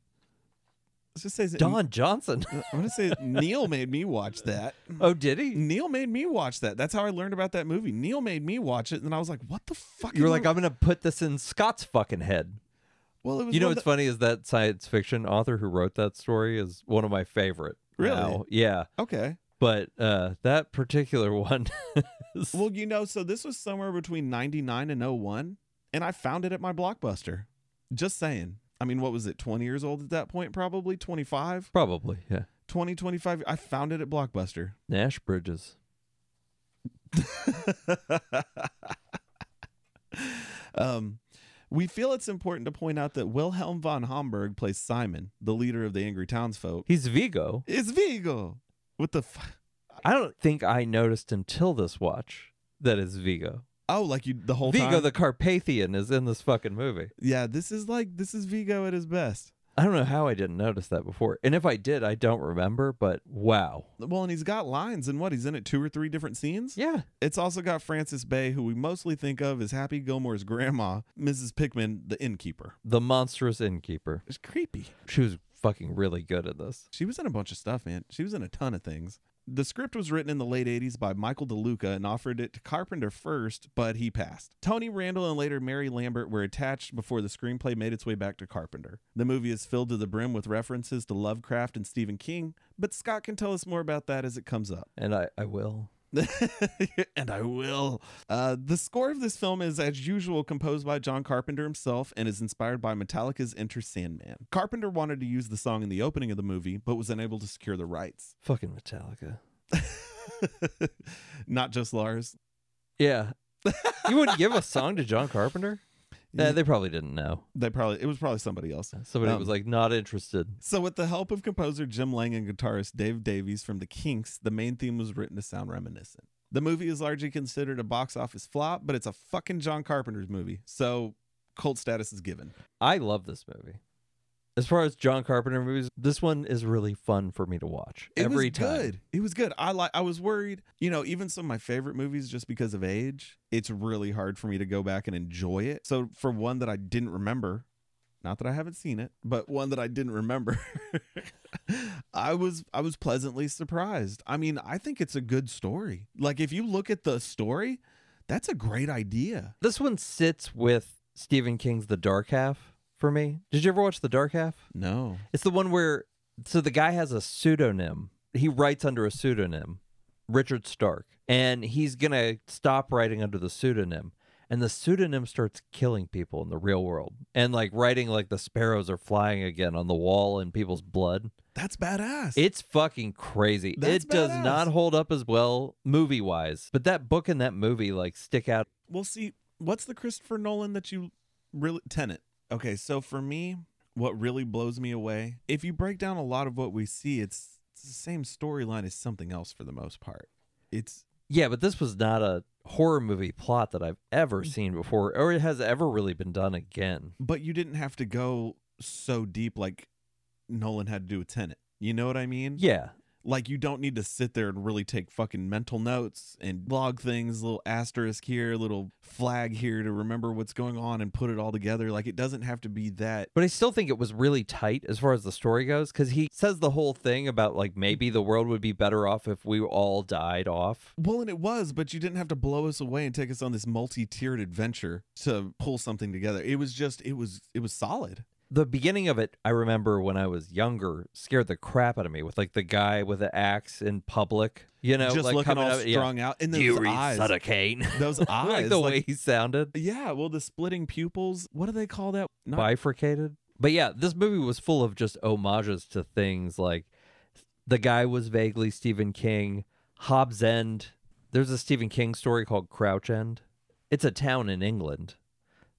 Speaker 2: let's just say
Speaker 1: Don Johnson.
Speaker 2: I'm gonna say Neil made me watch that.
Speaker 1: oh, did he?
Speaker 2: Neil made me watch that. That's how I learned about that movie. Neil made me watch it, and I was like, "What the fuck?"
Speaker 1: You were
Speaker 2: am I-
Speaker 1: like, uh, I'm gonna put this in Scott's fucking head.
Speaker 2: "Well, it was
Speaker 1: You know
Speaker 2: one
Speaker 1: what's
Speaker 2: of
Speaker 1: funny is that science fiction author who wrote that story is one of my favorite.
Speaker 2: Really?
Speaker 1: now. Yeah.
Speaker 2: the- okay."
Speaker 1: But uh, that particular one, is-
Speaker 2: Well, you know, so this was somewhere between 99 and 01, and I found it at my Blockbuster. Just saying. I mean, what was it, 20 years old at that point? Probably 25,
Speaker 1: probably yeah.
Speaker 2: 20, 25. I found it at Blockbuster.
Speaker 1: Nash Bridges.
Speaker 2: um, we feel it's important to point out that Wilhelm von Homburg plays Simon, the leader of the angry townsfolk.
Speaker 1: He's Vigo.
Speaker 2: It's Vigo. What the? F-
Speaker 1: I don't think I noticed until this watch that it's Vigo.
Speaker 2: oh, like you the whole
Speaker 1: Vigo
Speaker 2: time.
Speaker 1: the Carpathian is in this fucking movie.
Speaker 2: yeah, this is like this is Vigo at his best.
Speaker 1: I don't know how I didn't notice that before. And if I did, I don't remember, but wow.
Speaker 2: Well, and he's got lines and what he's in it two or three different scenes.
Speaker 1: Yeah.
Speaker 2: It's also got Frances Bay, who we mostly think of as Happy Gilmore's grandma, Mrs. Pickman, the innkeeper.
Speaker 1: The monstrous innkeeper.
Speaker 2: It's creepy.
Speaker 1: She was fucking really good at this.
Speaker 2: She was in a bunch of stuff, man. She was in a ton of things. The script was written in the late 80s by Michael DeLuca and offered it to Carpenter first, but he passed. Tony Randall and later Mary Lambert were attached before the screenplay made its way back to Carpenter. The movie is filled to the brim with references to Lovecraft and Stephen King, but Scott can tell us more about that as it comes up.
Speaker 1: And I, I will.
Speaker 2: and I will. Uh, the score of this film is, as usual, composed by John Carpenter himself and is inspired by Metallica's Enter Sandman. Carpenter wanted to use the song in the opening of the movie, but was unable to secure the rights.
Speaker 1: Fucking Metallica.
Speaker 2: Not just Lars.
Speaker 1: Yeah. you wouldn't give a song to John Carpenter? Nah, they probably didn't know.
Speaker 2: They probably it was probably somebody else.
Speaker 1: Somebody
Speaker 2: Um,
Speaker 1: was like, not interested.
Speaker 2: So, with the help of composer Jim Lang and guitarist Dave Davies from The Kinks, the main theme was written to sound reminiscent. The movie is largely considered a box office flop, but it's a fucking John Carpenter's movie, so cult status is given.
Speaker 1: I love this movie. As far as John Carpenter movies, this one is really fun for me to watch
Speaker 2: It
Speaker 1: every
Speaker 2: was
Speaker 1: time.
Speaker 2: good. It was good. I like. I was worried. You know, even some of my favorite movies, just because of age, it's really hard for me to go back and enjoy it. So for one that I didn't remember, not that I haven't seen it, but one that I didn't remember, I was I was pleasantly surprised. I mean, I think it's a good story. Like if you look at the story, that's a great idea.
Speaker 1: This one sits with Stephen King's The Dark Half for me. Did you ever watch The Dark Half?
Speaker 2: No.
Speaker 1: It's the one where so the guy has a pseudonym. He writes under a pseudonym, Richard Stark, and he's gonna stop writing under the pseudonym. And the pseudonym starts killing people in the real world, and like writing like the sparrows are flying again on the wall in people's blood.
Speaker 2: That's badass.
Speaker 1: It's fucking crazy.
Speaker 2: That's
Speaker 1: it does
Speaker 2: badass.
Speaker 1: not hold up as well movie wise, but that book and that movie like stick out.
Speaker 2: Well, see, what's the Christopher Nolan that you really Tenet? Okay, so for me, what really blows me away, if you break down a lot of what we see, it's, it's the same storyline as something else for the most part. It's
Speaker 1: Yeah, but this was not a horror movie plot that I've
Speaker 2: Mm.
Speaker 1: ever seen before, or it has ever really been done again.
Speaker 2: but you didn't have to go so deep like Nolan had to do with Tenet. You know what I mean?
Speaker 1: Yeah,
Speaker 2: Like you don't need to sit there and really take fucking mental notes and log things, little asterisk here, little flag here to remember what's going on and put it all together. Like it doesn't have to be that
Speaker 1: But I still think it was really tight as far as the story goes because he says the whole thing about like maybe the world would be better off if we all died off.
Speaker 2: Well, and it was, but you didn't have to blow us away and take us on this multi-tiered adventure to pull something together. It was just, it was, it was solid.
Speaker 1: The beginning of it, I remember when I was younger, scared the crap out of me with like the guy with the axe in public, you know,
Speaker 2: just
Speaker 1: like
Speaker 2: looking
Speaker 1: coming
Speaker 2: all
Speaker 1: up,
Speaker 2: strung out, and
Speaker 1: yeah.
Speaker 2: those
Speaker 1: Yuri
Speaker 2: eyes,
Speaker 1: Sutterkane.
Speaker 2: those eyes,
Speaker 1: like the way he sounded,
Speaker 2: yeah. Well, the splitting pupils. What do they call that? Not-
Speaker 1: bifurcated. But yeah, this movie was full of just homages to things like the guy was vaguely Stephen King, Hobbs End. There's a Stephen King story called Crouch End. It's a town in England,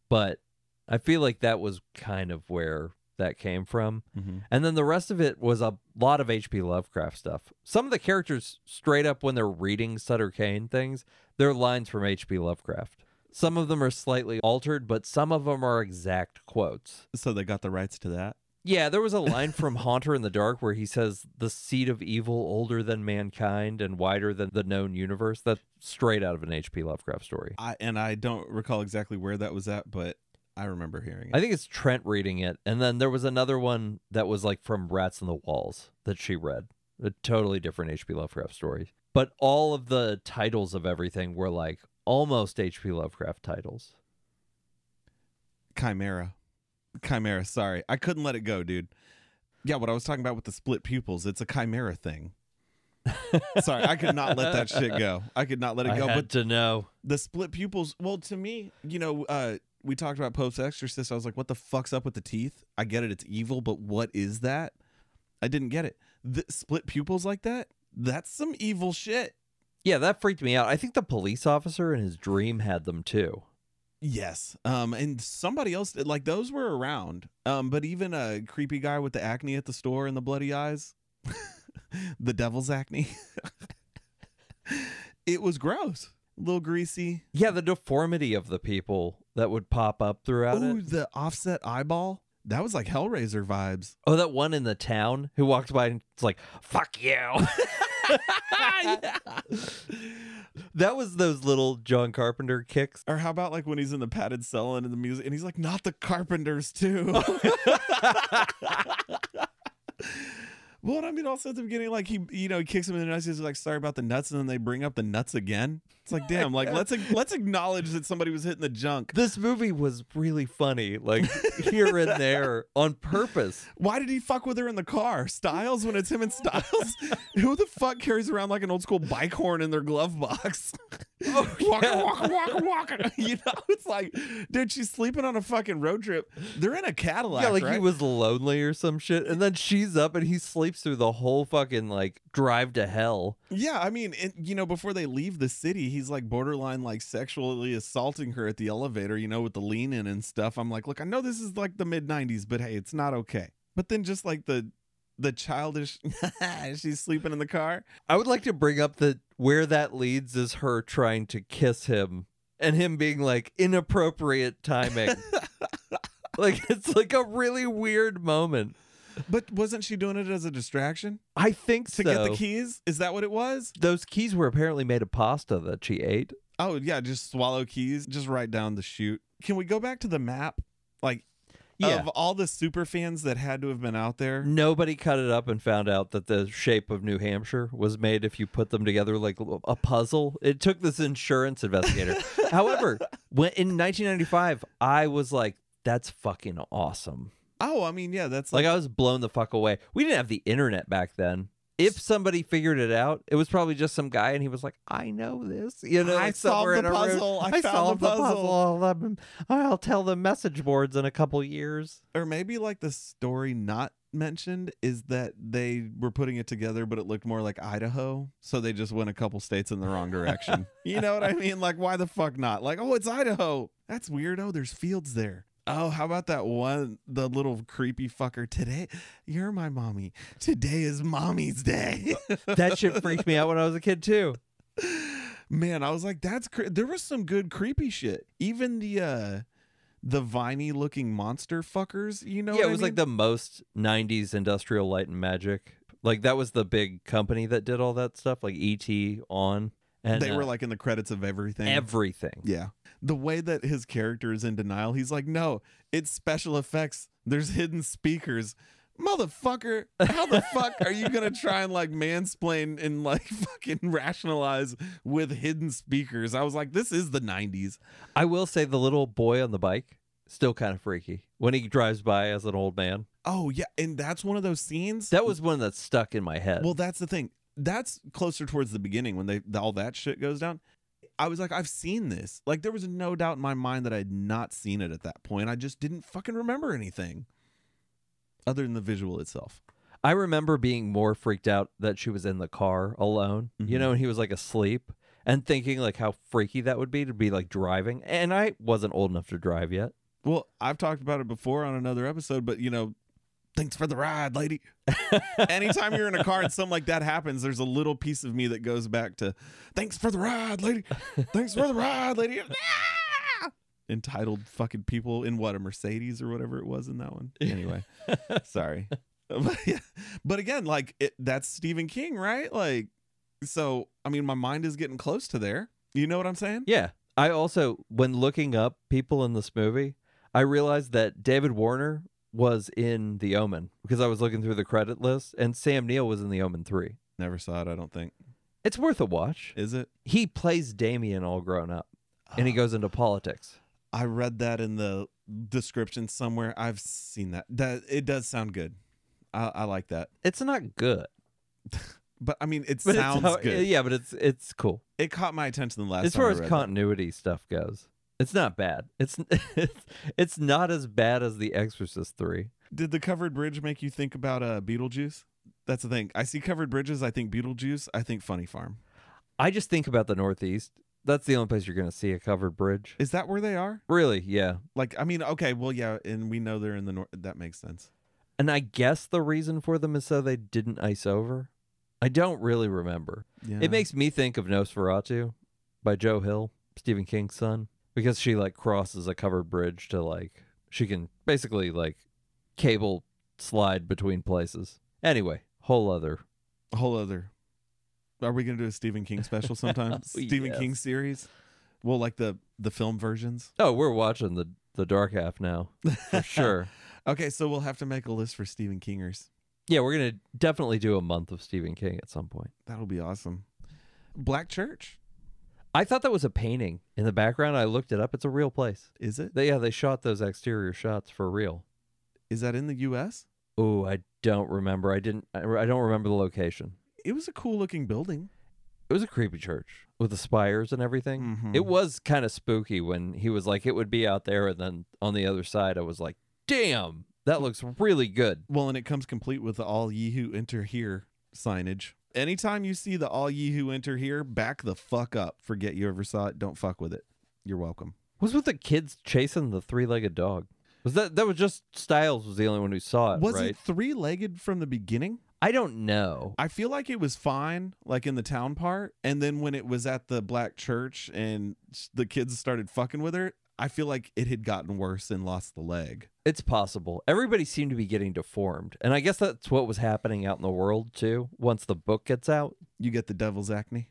Speaker 1: but I feel like that was kind of where that came from.
Speaker 2: Mm-hmm.
Speaker 1: And then the rest of it was a lot of H.P. Lovecraft stuff. Some of the characters, straight up, when they're reading Sutter Kane things, they're lines from H.P. Lovecraft. Some of them are slightly altered, but some of them are exact quotes.
Speaker 2: So they got the rights to that.
Speaker 1: Yeah, there was a line from Haunter in the Dark where he says, The seed of evil older than mankind and wider than the known universe. That's straight out of an H.P. Lovecraft story.
Speaker 2: I and I don't recall exactly where that was at, but I remember hearing it.
Speaker 1: I think it's Trent reading it. And then there was another one that was like from Rats in the Walls that she read. A totally different H.P. Lovecraft story. But all of the titles of everything were like almost H.P. Lovecraft titles.
Speaker 2: Chimera, Chimera. Sorry, I couldn't let it go, dude. Yeah, what I was talking about with the split pupils, it's a chimera thing. Sorry, I could not let that shit go. I could not let it
Speaker 1: I
Speaker 2: go.
Speaker 1: had
Speaker 2: But
Speaker 1: to know.
Speaker 2: the split pupils, well, to me, you know, uh, we talked about Pope's Exorcist. I was like, what the fuck's up with the teeth? I get it, it's evil, but what is that? I didn't get it. The split pupils like that? That's some evil shit.
Speaker 1: Yeah, that freaked me out. I think the police officer in his dream had them too.
Speaker 2: Yes. Um, and somebody else did- like those were around. Um, but even a creepy guy with the acne at the store and the bloody eyes, the devil's acne. it was gross. A little greasy.
Speaker 1: Yeah, the deformity of the people that would pop up throughout
Speaker 2: Ooh,
Speaker 1: it.
Speaker 2: the offset eyeball. That was like Hellraiser vibes.
Speaker 1: Oh, that one in the town who walked by and it's like, "Fuck you." That was those little John Carpenter kicks.
Speaker 2: Or how about like when he's in the padded cell and in the music, and he's like, "Not the carpenters too." well, I mean, also at the beginning, like he, you know, he kicks him in the nuts. He's like, "Sorry about the nuts," and then they bring up the nuts again. It's like, damn, like let's let's acknowledge that somebody was hitting the junk.
Speaker 1: this movie was really funny, like here and there on purpose.
Speaker 2: Why did he fuck with her in the car? Styles when it's him and Styles. Who the fuck carries around like an old school bike horn in their glove box? walking,
Speaker 1: yeah.
Speaker 2: walking, walking, walking. You know, it's like, dude, she's sleeping on a fucking road trip. They're in a Cadillac.
Speaker 1: yeah, like
Speaker 2: right?
Speaker 1: he was lonely or some shit, and then she's up and he sleeps through the whole fucking like drive to hell.
Speaker 2: Yeah, I mean, and, you know, before they leave the city, he's like borderline like sexually assaulting her at the elevator, you know, with the lean in and stuff. I'm like, look, I know this is like the mid 90s, but hey, it's not okay. But then just like the the childish she's sleeping in the car.
Speaker 1: I would like to bring up that where that leads is her trying to kiss him and him being like inappropriate timing. like it's like a really weird moment.
Speaker 2: But wasn't she doing it as a distraction
Speaker 1: I think so.
Speaker 2: to get the keys? Is that what it was?
Speaker 1: Those keys were apparently made of pasta that she ate.
Speaker 2: Oh, yeah, just swallow keys, just write down the chute. Can we go back to the map? Like of all the super fans that had to have been out there.
Speaker 1: Nobody cut it up and found out that the shape of New Hampshire was made if you put them together like a puzzle. It took this insurance investigator. However, when, in 1995, I was like, that's fucking awesome.
Speaker 2: Oh, I mean, yeah, that's
Speaker 1: Like, I was blown the fuck away. We didn't have the internet back then. If somebody figured it out, it was probably just some guy, and he was like, "I know this," you know,
Speaker 2: I
Speaker 1: like somewhere
Speaker 2: solved the
Speaker 1: in a room.
Speaker 2: puzzle. I
Speaker 1: I,
Speaker 2: found the
Speaker 1: solved the puzzle.
Speaker 2: puzzle."
Speaker 1: I'll, um, I'll tell the message boards in a couple years.
Speaker 2: or maybe like the story not mentioned is that they were putting it together but it looked more like Idaho so they just went a couple states in the wrong direction. you know what I mean? Like why the fuck not? Like oh it's Idaho. That's weird. Oh there's fields there. Oh, how about that one the little creepy fucker today? You're my mommy. Today is mommy's day.
Speaker 1: That shit freaked me out when I was a kid too.
Speaker 2: Man, I was like, that's cre-. there was some good creepy shit. Even the uh the viney looking monster fuckers, you know?
Speaker 1: yeah,
Speaker 2: what
Speaker 1: it was
Speaker 2: I mean?
Speaker 1: like the most '90s industrial light and magic. Like that was the big company that did all that stuff, like ET on, and
Speaker 2: they were
Speaker 1: uh,
Speaker 2: like in the credits of everything.
Speaker 1: everything.
Speaker 2: yeah. The way that his character is in denial, he's like, no, it's special effects. There's hidden speakers. Motherfucker, how the fuck are you gonna try and like mansplain and like fucking rationalize with hidden speakers? I was like, this is the 90s.
Speaker 1: I will say the little boy on the bike still kind of freaky when he drives by as an old man.
Speaker 2: Oh, yeah. And that's one of those scenes.
Speaker 1: That was one that stuck in my head.
Speaker 2: Well, that's the thing. That's closer towards the beginning when they all that shit goes down. I was like, I've seen this. Like, there was no doubt in my mind that I had not seen it at that point. I just didn't fucking remember anything other than the visual itself.
Speaker 1: I remember being more freaked out that she was in the car alone, you
Speaker 2: Mhm.
Speaker 1: know, and he was like asleep and thinking like how freaky that would be to be like driving. And I wasn't old enough to drive yet.
Speaker 2: Well, I've talked about it before on another episode, but you know, thanks for the ride, lady. Anytime you're in a car and something like that happens, there's a little piece of me that goes back to thanks for the ride, lady. Thanks for the ride, lady. Ah! Entitled fucking people in what a Mercedes or whatever it was in that one. Anyway, sorry. But, yeah. but again, like it, that's Stephen King, right? Like, so I mean, my mind is getting close to there. You know what I'm saying?
Speaker 1: Yeah. I also, when looking up people in this movie, I realized that David Warner was in The Omen because I was looking through the credit list and Sam Neill was in The Omen 3.
Speaker 2: Never saw it. I don't think.
Speaker 1: It's worth a watch.
Speaker 2: Is it?
Speaker 1: He plays Damien all grown up and he goes into politics.
Speaker 2: I read that in the description somewhere. I've seen that. That it does sound good. I, I like that.
Speaker 1: It's not good.
Speaker 2: But I mean, it
Speaker 1: But it's
Speaker 2: sounds
Speaker 1: how-
Speaker 2: good.
Speaker 1: Yeah, but it's it's cool.
Speaker 2: It caught my attention the last
Speaker 1: as
Speaker 2: time.
Speaker 1: far
Speaker 2: I
Speaker 1: as
Speaker 2: read that.
Speaker 1: continuity stuff goes, it's not bad. It's it's it's not as bad as The Exorcist Three.
Speaker 2: Did the covered bridge make you think about uh, Beetlejuice? That's the thing. I see covered bridges. I think Beetlejuice. I think Funny Farm.
Speaker 1: I just think about the Northeast. That's the only place you're gonna see a covered bridge.
Speaker 2: Is that where they are?
Speaker 1: Really, yeah.
Speaker 2: Like, I mean, okay, well, yeah, and we know they're in the north. That makes sense.
Speaker 1: And I guess the reason for them is so they didn't ice over. I don't really remember.
Speaker 2: Yeah.
Speaker 1: It makes me think of Nosferatu by Joe Hill, Stephen King's son, because she like crosses a covered bridge to like she can basically like cable slide between places. Anyway, whole other
Speaker 2: a whole other. Are we gonna do a Stephen King special sometime? Stephen
Speaker 1: Yes.
Speaker 2: King series. Well, like the the film versions.
Speaker 1: Oh, we're watching the the dark half now for sure.
Speaker 2: Okay, so we'll have to make a list for Stephen Kingers.
Speaker 1: yeah, we're gonna definitely do a month of Stephen King at some point.
Speaker 2: That'll be awesome. Black Church
Speaker 1: I thought that was a painting in the background. I looked it up. It's a real place.
Speaker 2: is it?
Speaker 1: They, yeah, they shot those exterior shots for real.
Speaker 2: Is that in the U.S.?
Speaker 1: Oh, I don't remember. I didn't. I I don't remember the location.
Speaker 2: It was a cool looking building.
Speaker 1: It was a creepy church with the spires and everything.
Speaker 2: Mhm.
Speaker 1: It was kind of spooky when he was like, "It would be out there," and then on the other side, I was like, "Damn, that looks really good."
Speaker 2: Well, and it comes complete with the "All ye who enter here" signage. Anytime you see the "All ye who enter here," back the fuck up. Forget you ever saw it. Don't fuck with it. You're welcome.
Speaker 1: What's with the kids chasing the three-legged dog? Was that that was just Styles was the only one who saw it,
Speaker 2: Was
Speaker 1: Uh, right?
Speaker 2: it three legged from the beginning?
Speaker 1: I don't know.
Speaker 2: I feel like it was fine, like in the town part. And then when it was at the black church and s- the kids started fucking with her, I feel like it had gotten worse and lost the leg.
Speaker 1: It's possible. Everybody seemed to be getting deformed, and I guess that's what was happening out in the world too. Once the book gets out,
Speaker 2: You get the devil's acne.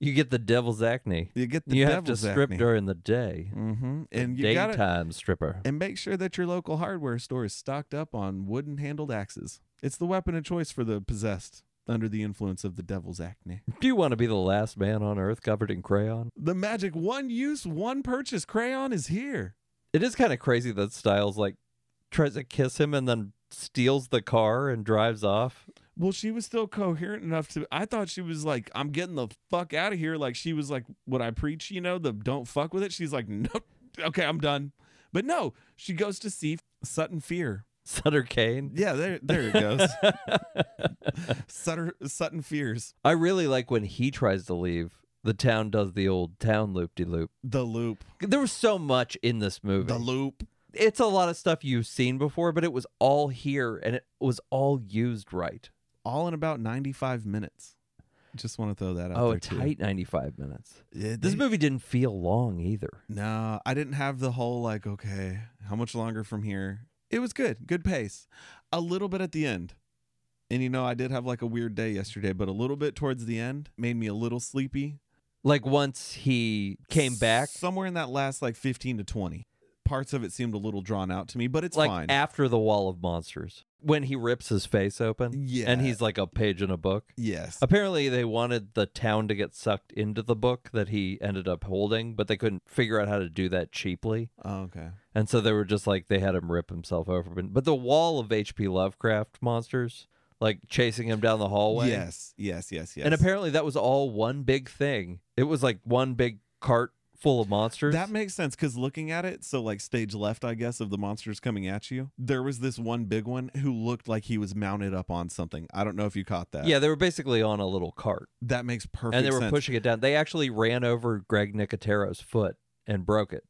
Speaker 1: you get the devil's acne.
Speaker 2: You get the
Speaker 1: You have to
Speaker 2: devil's
Speaker 1: strip
Speaker 2: acne.
Speaker 1: during the day,
Speaker 2: Mm-hmm. And you got to
Speaker 1: daytime stripper.
Speaker 2: and make sure that your local hardware store is stocked up on wooden handled axes. It's the weapon of choice for the possessed under the influence of the devil's acne.
Speaker 1: Do you want to be the last man on earth covered in crayon?
Speaker 2: The magic one use, one purchase crayon is here.
Speaker 1: It is kind of crazy that Styles like tries to kiss him and then steals the car and drives off.
Speaker 2: Well, she was still coherent enough to. I thought she was like, "I'm getting the fuck out of here." Like she was like, "What I preach," you know, the "Don't fuck with it." She's like, "No, okay, I'm done." But no, she goes to see Sutton Fear.
Speaker 1: Sutter Kane.
Speaker 2: Yeah, there, there it goes. Sutter Sutton Fears
Speaker 1: I really like when he tries to leave. The town does the old town loop de loop.
Speaker 2: the loop,
Speaker 1: There was so much in this movie.
Speaker 2: the loop.
Speaker 1: it's a lot of stuff you've seen before, but it was all here and it was all used right.
Speaker 2: All in about 95 minutes. Just want to throw that out
Speaker 1: oh,
Speaker 2: there
Speaker 1: a tight 95 minutes.
Speaker 2: Too. Yeah,
Speaker 1: This
Speaker 2: they-
Speaker 1: movie didn't feel long either.
Speaker 2: No, I didn't have the whole like, okay, how much longer from here? It was good, good pace. A little bit at the end. And you know, I did have like a weird day yesterday, but a little bit towards the end made me a little sleepy.
Speaker 1: Like once he came back,
Speaker 2: Somewhere in that last like 15 to 20. Parts of it seemed a little drawn out to me, but it's
Speaker 1: like
Speaker 2: fine.
Speaker 1: after the wall of monsters, when he rips his face open
Speaker 2: yeah.
Speaker 1: and he's like a page in a book.
Speaker 2: yes.
Speaker 1: Apparently, they wanted the town to get sucked into the book that he ended up holding, but they couldn't figure out how to do that cheaply.
Speaker 2: Oh, okay.
Speaker 1: And so they were just like, they had him rip himself over. But but the wall of H.P. Lovecraft monsters, like chasing him down the hallway.
Speaker 2: Yes, yes, yes, yes.
Speaker 1: And apparently, that was all one big thing. It was like one big cart full of monsters.
Speaker 2: That makes sense because looking at it, so like stage left, I guess, of the monsters coming at you, there was this one big one who looked like he was mounted up on something. I don't know if you caught that.
Speaker 1: yeah, they were basically on a little cart
Speaker 2: That makes perfect
Speaker 1: and they were
Speaker 2: sense.
Speaker 1: pushing it down. They actually ran over Greg Nicotero's foot and broke it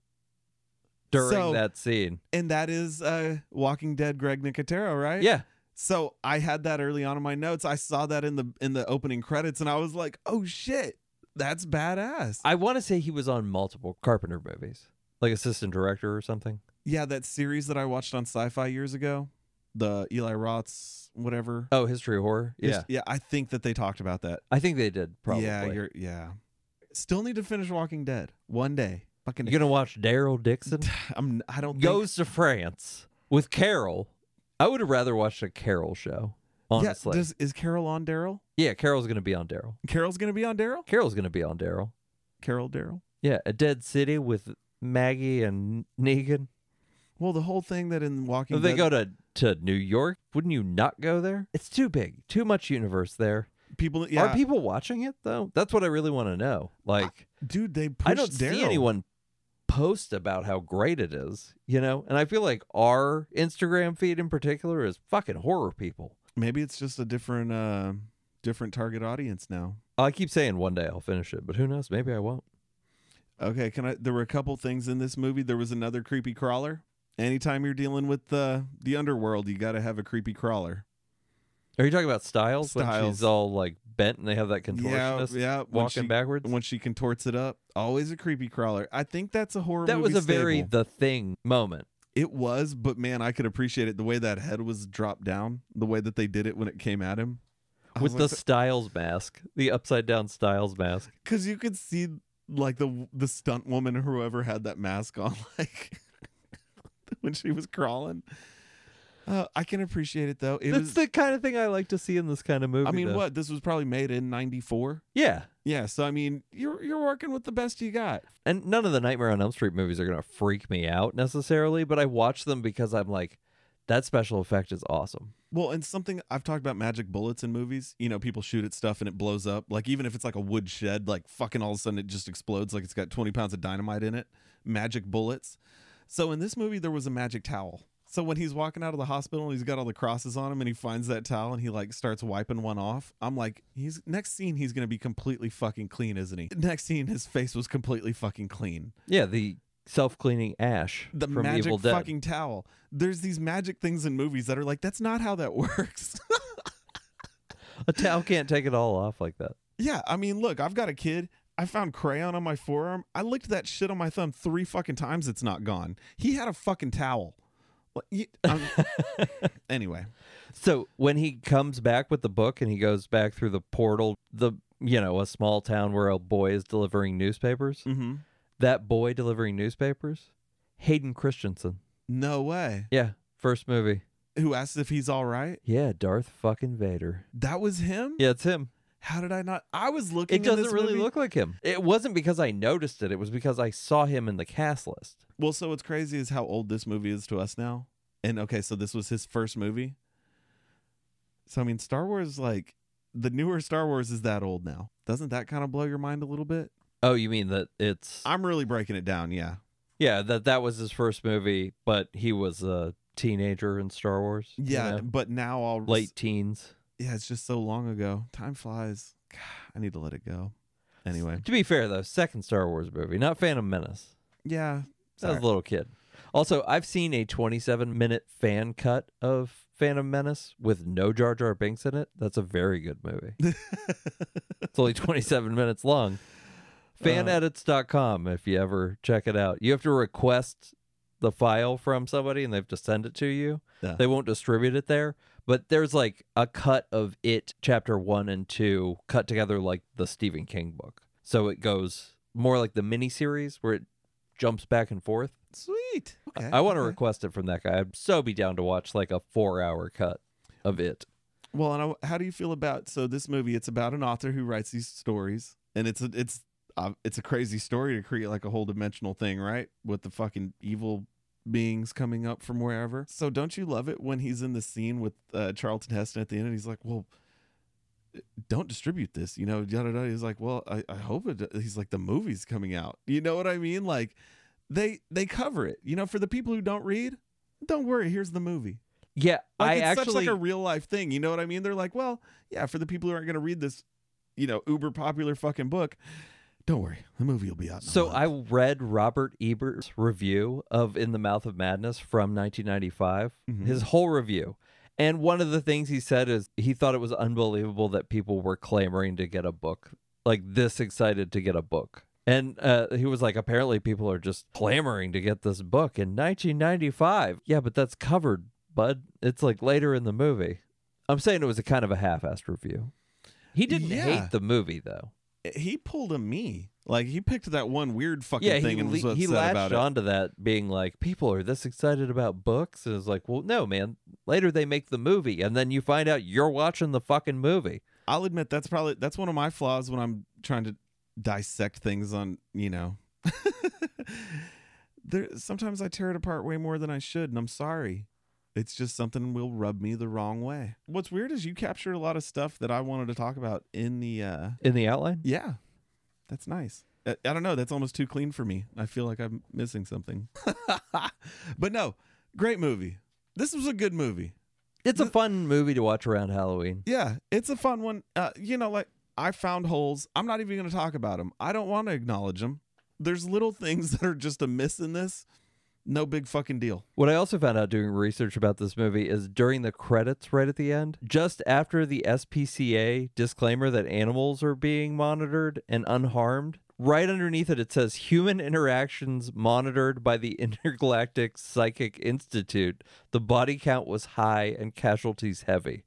Speaker 1: during
Speaker 2: So-
Speaker 1: that scene.
Speaker 2: and that is uh, Walking Dead Greg Nicotero, right?
Speaker 1: Yeah.
Speaker 2: So I had that early on in my notes. I saw that in the in the opening credits and I was like, oh shit, that's badass.
Speaker 1: I want to say he was on multiple Carpenter movies, like assistant director or something.
Speaker 2: yeah, that series that I watched on sci fi years ago, the Eli Roth's whatever.
Speaker 1: Oh, History of Horror. Yeah.
Speaker 2: Yeah, I think that they talked about that.
Speaker 1: I think they did, probably.
Speaker 2: Yeah,
Speaker 1: you're,
Speaker 2: you're yeah. Still need to finish Walking Dead one day. Fucking
Speaker 1: going to watch Daryl Dixon?
Speaker 2: I'm I don't think,
Speaker 1: Goes to France with Carol. I would have rather watched a Carol show, honestly.
Speaker 2: Yeah, does, is Carol on Daryl?
Speaker 1: yeah, Carol's going to be on Daryl.
Speaker 2: Carol's gonna be on Daryl?
Speaker 1: Carol's going to be on Daryl.
Speaker 2: Carol Daryl.
Speaker 1: Yeah, A Dead City with Maggie and Negan.
Speaker 2: Well, the whole thing that in Walking
Speaker 1: If they
Speaker 2: Dead
Speaker 1: go to, to New York, wouldn't you not go there? It's too big, too much universe there.
Speaker 2: people. Yeah,
Speaker 1: Are people watching it though? That's what I really want to know. Like,
Speaker 2: dude, they pushed
Speaker 1: I don't
Speaker 2: Daryl.
Speaker 1: see anyone post about how great it is, you know? And I feel like our Instagram feed in particular is fucking horror people.
Speaker 2: Maybe it's just a different, uh, different target audience now.
Speaker 1: I keep saying one day I'll finish it, but who knows? Maybe I won't.
Speaker 2: Okay, can I? There were a couple things in this movie. There was another creepy crawler. Anytime you're dealing with the the underworld, you got to have a creepy crawler.
Speaker 1: Are you talking about Styles, when she's
Speaker 2: Styles.
Speaker 1: all like bent and they have that
Speaker 2: Yeah,
Speaker 1: contortionist
Speaker 2: yeah. When
Speaker 1: walking
Speaker 2: she,
Speaker 1: backwards?
Speaker 2: when she contorts it up, always a creepy crawler. I think that's a horror.
Speaker 1: That was
Speaker 2: movie
Speaker 1: a very
Speaker 2: staple.
Speaker 1: the thing moment.
Speaker 2: It was, but man, I could appreciate it. The way that head was dropped down, the way that they did it when it came at him.
Speaker 1: With the Styles mask, the upside down Styles mask.
Speaker 2: because you could see like the the stunt woman or whoever had that mask on, like when she was crawling. Uh, I can appreciate it though. It
Speaker 1: That's
Speaker 2: was.
Speaker 1: the kind of thing I like to see in this kind of movie.
Speaker 2: I mean,
Speaker 1: though.
Speaker 2: what this was probably made in '94.
Speaker 1: Yeah.
Speaker 2: Yeah, so I mean, you're you're working with the best you got.
Speaker 1: and none of the Nightmare on Elm Street movies are going to freak me out necessarily, but I watch them because I'm like, that special effect is awesome.
Speaker 2: Well, and something I've talked about magic bullets in movies. You know, people shoot at stuff and it blows up. Like even if it's like a wood shed, like fucking all of a sudden it just explodes. Like it's got twenty pounds of dynamite in it. Magic bullets. So in this movie, there was a magic towel. So when he's walking out of the hospital and he's got all the crosses on him and he finds that towel and he like starts wiping one off, I'm like, he's next scene he's gonna be completely fucking clean, isn't he? Next scene his face was completely fucking clean
Speaker 1: Yeah, the self cleaning ash
Speaker 2: the
Speaker 1: from
Speaker 2: magic
Speaker 1: Evil Dead.
Speaker 2: fucking towel. There's these magic things in movies that are like, that's not how that works.
Speaker 1: A towel can't take it all off like that.
Speaker 2: yeah, I mean, look, I've got a kid. I found crayon on my forearm. I licked that shit on my thumb three fucking times. It's not gone. He had a fucking towel. Like, you- I'm- anyway,
Speaker 1: So when he comes back with the book and he goes back through the portal, the you know, a small town where a boy is delivering newspapers.
Speaker 2: mm-hmm.
Speaker 1: That boy delivering newspapers, Hayden Christensen.
Speaker 2: no way.
Speaker 1: Yeah, first movie.
Speaker 2: Who asked if he's all right?
Speaker 1: Yeah, Darth fucking Vader.
Speaker 2: That was him.
Speaker 1: Yeah, it's him.
Speaker 2: How did I not? I was looking.
Speaker 1: It
Speaker 2: in
Speaker 1: doesn't
Speaker 2: this
Speaker 1: really
Speaker 2: movie.
Speaker 1: look like him. It wasn't because I noticed it. It was because I saw him in the cast list.
Speaker 2: Well, so what's crazy is how old this movie is to us now. And okay, so this was his first movie. So I mean, Star Wars, like the newer Star Wars, is that old now. Doesn't that kind of blow your mind a little bit?
Speaker 1: Oh, you mean that it's
Speaker 2: I'm really breaking it down. Yeah,
Speaker 1: yeah that that was his first movie, but he was a teenager in Star Wars. you
Speaker 2: yeah.
Speaker 1: know?
Speaker 2: But now all
Speaker 1: late teens.
Speaker 2: Yeah, it's just so long ago. Time flies. God, I need to let it go. Anyway,
Speaker 1: To be fair though, second Star Wars movie, not Phantom Menace.
Speaker 2: yeah.
Speaker 1: That was a little kid. Also, I've seen a 27 minute fan cut of Phantom Menace with no Jar Jar Binks in it. That's a very good movie. It's only 27 minutes long. Fanedits.com, if you ever check it out. You have to request the file from somebody and they have to send it to you.
Speaker 2: Yeah.
Speaker 1: They won't distribute it there. But there's like a cut of it, chapter one and two, cut together like the Stephen King book. So it goes more like the miniseries where it jumps back and forth.
Speaker 2: Sweet. Okay.
Speaker 1: I want to
Speaker 2: okay.
Speaker 1: request it from that guy. I'd so be down to watch like a four hour cut of it.
Speaker 2: Well, and I, how do you feel about so this movie? It's about an author who writes these stories, and it's a it's uh, it's a crazy story to create like a whole dimensional thing, right? With the fucking evil beings coming up from wherever. So don't you love it when he's in the scene with uh, Charlton Heston at the end, and he's like, "Well, eh, don't distribute this," you know, yada yada. He's like, "Well, I, I hope it." uh," He's like, "The movie's coming out," you know what I mean? Like they they cover it, you know, for the people who don't read. Don't worry, here's the movie.
Speaker 1: Yeah,
Speaker 2: Like
Speaker 1: I
Speaker 2: it's
Speaker 1: actually
Speaker 2: such like a real life thing. You know what I mean? They're like, well, yeah, for the people who aren't going to read this, you know, uber popular fucking book, don't worry, the movie will be out. in a
Speaker 1: So
Speaker 2: month."
Speaker 1: I read Robert Ebert's review of In the Mouth of Madness from 1995,
Speaker 2: Mhm.
Speaker 1: his whole review. And one of the things he said is he thought it was unbelievable that people were clamoring to get a book, like this excited to get a book. And uh, he was like, apparently people are just clamoring to get this book in 1995. Yeah, but that's covered, bud. It's like later in the movie. I'm saying it was a kind of a half assed review. He didn't
Speaker 2: Yeah.
Speaker 1: hate the movie, though.
Speaker 2: he pulled a me. Like he picked that one weird fucking
Speaker 1: yeah,
Speaker 2: thing
Speaker 1: he,
Speaker 2: and was
Speaker 1: le-
Speaker 2: upset
Speaker 1: he
Speaker 2: about
Speaker 1: latched
Speaker 2: it.
Speaker 1: onto that, being like, "People are this excited about books," and it's like, "Well, no, man. Later they make the movie, and then you find out you're watching the fucking movie."
Speaker 2: I'll admit that's probably that's one of my flaws when I'm trying to dissect things on, you know. there sometimes I tear it apart way more than I should, and I'm sorry. It's just something will rub me the wrong way. What's weird is you captured a lot of stuff that I wanted to talk about in the uh
Speaker 1: in the outline.
Speaker 2: yeah. That's nice. I, I don't know, that's almost too clean for me. I feel like I'm missing something. but no, great movie. This was a good movie.
Speaker 1: It's a fun movie to watch around Halloween.
Speaker 2: Yeah, it's a fun one. Uh, you know, like I found holes. I'm not even going to talk about them. I don't want to acknowledge them. There's little things that are just amiss in this. No big fucking deal.
Speaker 1: What I also found out doing research about this movie is during the credits, right at the end, just after the SPCA disclaimer that animals are being monitored and unharmed, right underneath it, it says human interactions monitored by the Intergalactic Psychic Institute. The body count was high and casualties heavy.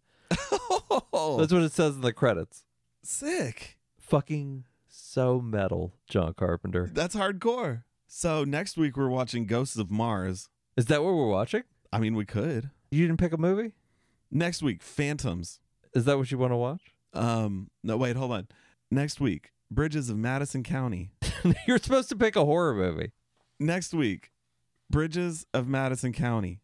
Speaker 2: Oh.
Speaker 1: That's what it says in the credits.
Speaker 2: sick.
Speaker 1: Fucking so metal, John Carpenter.
Speaker 2: That's hardcore. So next week we're watching Ghosts of Mars.
Speaker 1: Is that what we're watching?
Speaker 2: I mean, we could.
Speaker 1: You didn't pick a movie?
Speaker 2: Next week, Phantoms.
Speaker 1: Is that what you want to watch?
Speaker 2: Um, no, wait, hold on. Next week, Bridges of Madison County.
Speaker 1: You're supposed to pick a horror movie.
Speaker 2: Next week, Bridges of Madison County.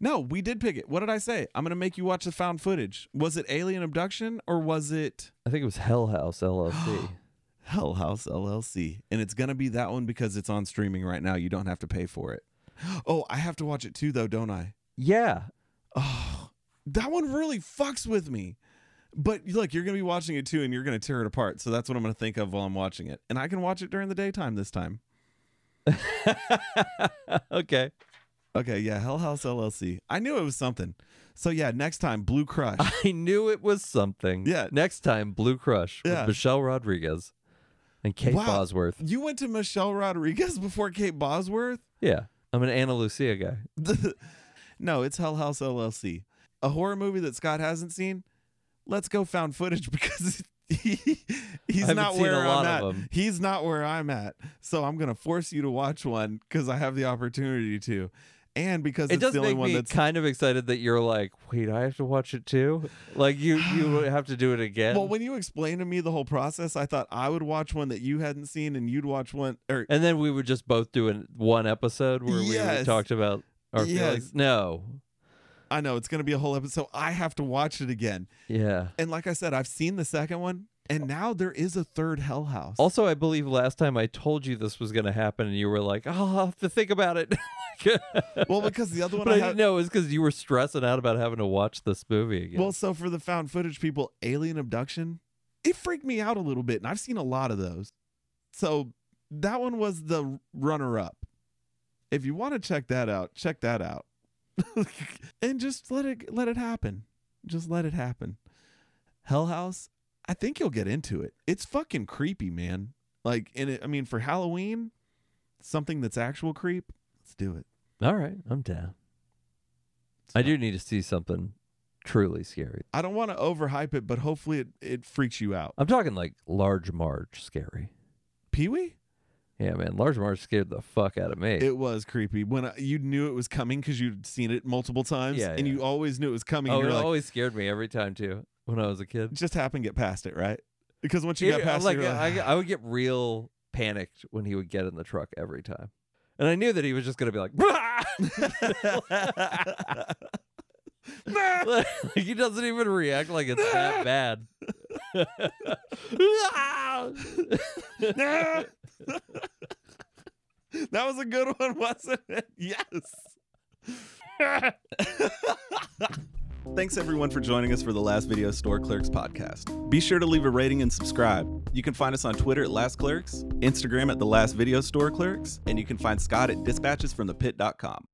Speaker 2: No, we did pick it. What did I say? I'm going to make you watch the found footage. Was it Alien Abduction or was it
Speaker 1: I think it was Hell House LLC.
Speaker 2: Hell House LLC? And it's going to be that one because it's on streaming right now. You don't have to pay for it. Oh, I have to watch it too, though, don't I?
Speaker 1: yeah.
Speaker 2: Oh, that one really fucks with me. But look, you're going to be watching it too and you're going to tear it apart. So that's what I'm going to think of while I'm watching it. And I can watch it during the daytime this time.
Speaker 1: okay.
Speaker 2: Okay, yeah, Hell House LLC. I knew it was something. So yeah, next time, Blue Crush.
Speaker 1: I knew it was something.
Speaker 2: Yeah.
Speaker 1: Next time, Blue Crush
Speaker 2: Yeah.
Speaker 1: with Michelle Rodriguez and Kate
Speaker 2: Wow.
Speaker 1: Bosworth.
Speaker 2: You went to Michelle Rodriguez before Kate Bosworth?
Speaker 1: Yeah. I'm an Anna Lucia guy.
Speaker 2: no, it's Hell House LLC. A horror movie that Scott hasn't seen? Let's go found footage because he, he's
Speaker 1: haven't
Speaker 2: not
Speaker 1: seen
Speaker 2: where
Speaker 1: a lot
Speaker 2: I'm
Speaker 1: of
Speaker 2: at.
Speaker 1: them.
Speaker 2: He's not where I'm at. So I'm going to force you to watch one because I have the opportunity to. And because
Speaker 1: It
Speaker 2: it's
Speaker 1: does
Speaker 2: the only
Speaker 1: make
Speaker 2: one
Speaker 1: me
Speaker 2: that's
Speaker 1: kind of excited that you're like, wait, I have to watch it too. Like you, you would have to do it again.
Speaker 2: Well, when you explained to me the whole process, I thought I would watch one that you hadn't seen and you'd watch one or
Speaker 1: and then we would just both do an, one episode where
Speaker 2: Yes.
Speaker 1: we talked about our
Speaker 2: Yes.
Speaker 1: feelings. No.
Speaker 2: I know it's going to be a whole episode. I have to watch it again.
Speaker 1: Yeah.
Speaker 2: And like I said, I've seen the second one and now there is a third Hell House.
Speaker 1: Also, I believe last time I told you this was going to happen, and you were like, "Oh, I'll have to think about it."
Speaker 2: well, because the other one
Speaker 1: but I
Speaker 2: I
Speaker 1: didn't
Speaker 2: had
Speaker 1: know it was because you were stressing out about having to watch this movie again.
Speaker 2: Well, so for the found footage people, Alien Abduction, it freaked me out a little bit and I've seen a lot of those. So that one was the runner up. If you want to check that out, check that out. and just let it let it happen. Just let it happen. Hell House, I think you'll get into it. It's fucking creepy, man. Like in it, I mean for Halloween, something that's actual creep, let's do it.
Speaker 1: all right, I'm down. I do need to see something truly scary.
Speaker 2: I don't want to overhype it, but hopefully it, it freaks you out.
Speaker 1: I'm talking like Large Marge scary.
Speaker 2: Pee-wee?
Speaker 1: Yeah, man, Large Marge scared the fuck out of me.
Speaker 2: It was creepy when I, you knew it was coming because you'd seen it multiple times,
Speaker 1: Yeah,
Speaker 2: and
Speaker 1: yeah.
Speaker 2: you always knew it was coming.
Speaker 1: oh,
Speaker 2: and
Speaker 1: it
Speaker 2: you're like,
Speaker 1: always scared me every time too when I was a kid.
Speaker 2: just happen, get past it, right? Because once you got
Speaker 1: Yeah,
Speaker 2: past uh,
Speaker 1: like, uh,
Speaker 2: it, you're
Speaker 1: I,
Speaker 2: like,
Speaker 1: I would get real panicked when he would get in the truck every time, and I knew that he was just gonna be like, like he doesn't even react like it's that bad.
Speaker 2: that was a good one, wasn't it? Yes. Thanks everyone for joining us for the Last Video Store Clerks podcast. Be sure to leave a rating and subscribe. You can find us on Twitter at Last Clerks, Instagram at the Last Video Store Clerks, and you can find Scott at dispatchesfromthepit.com.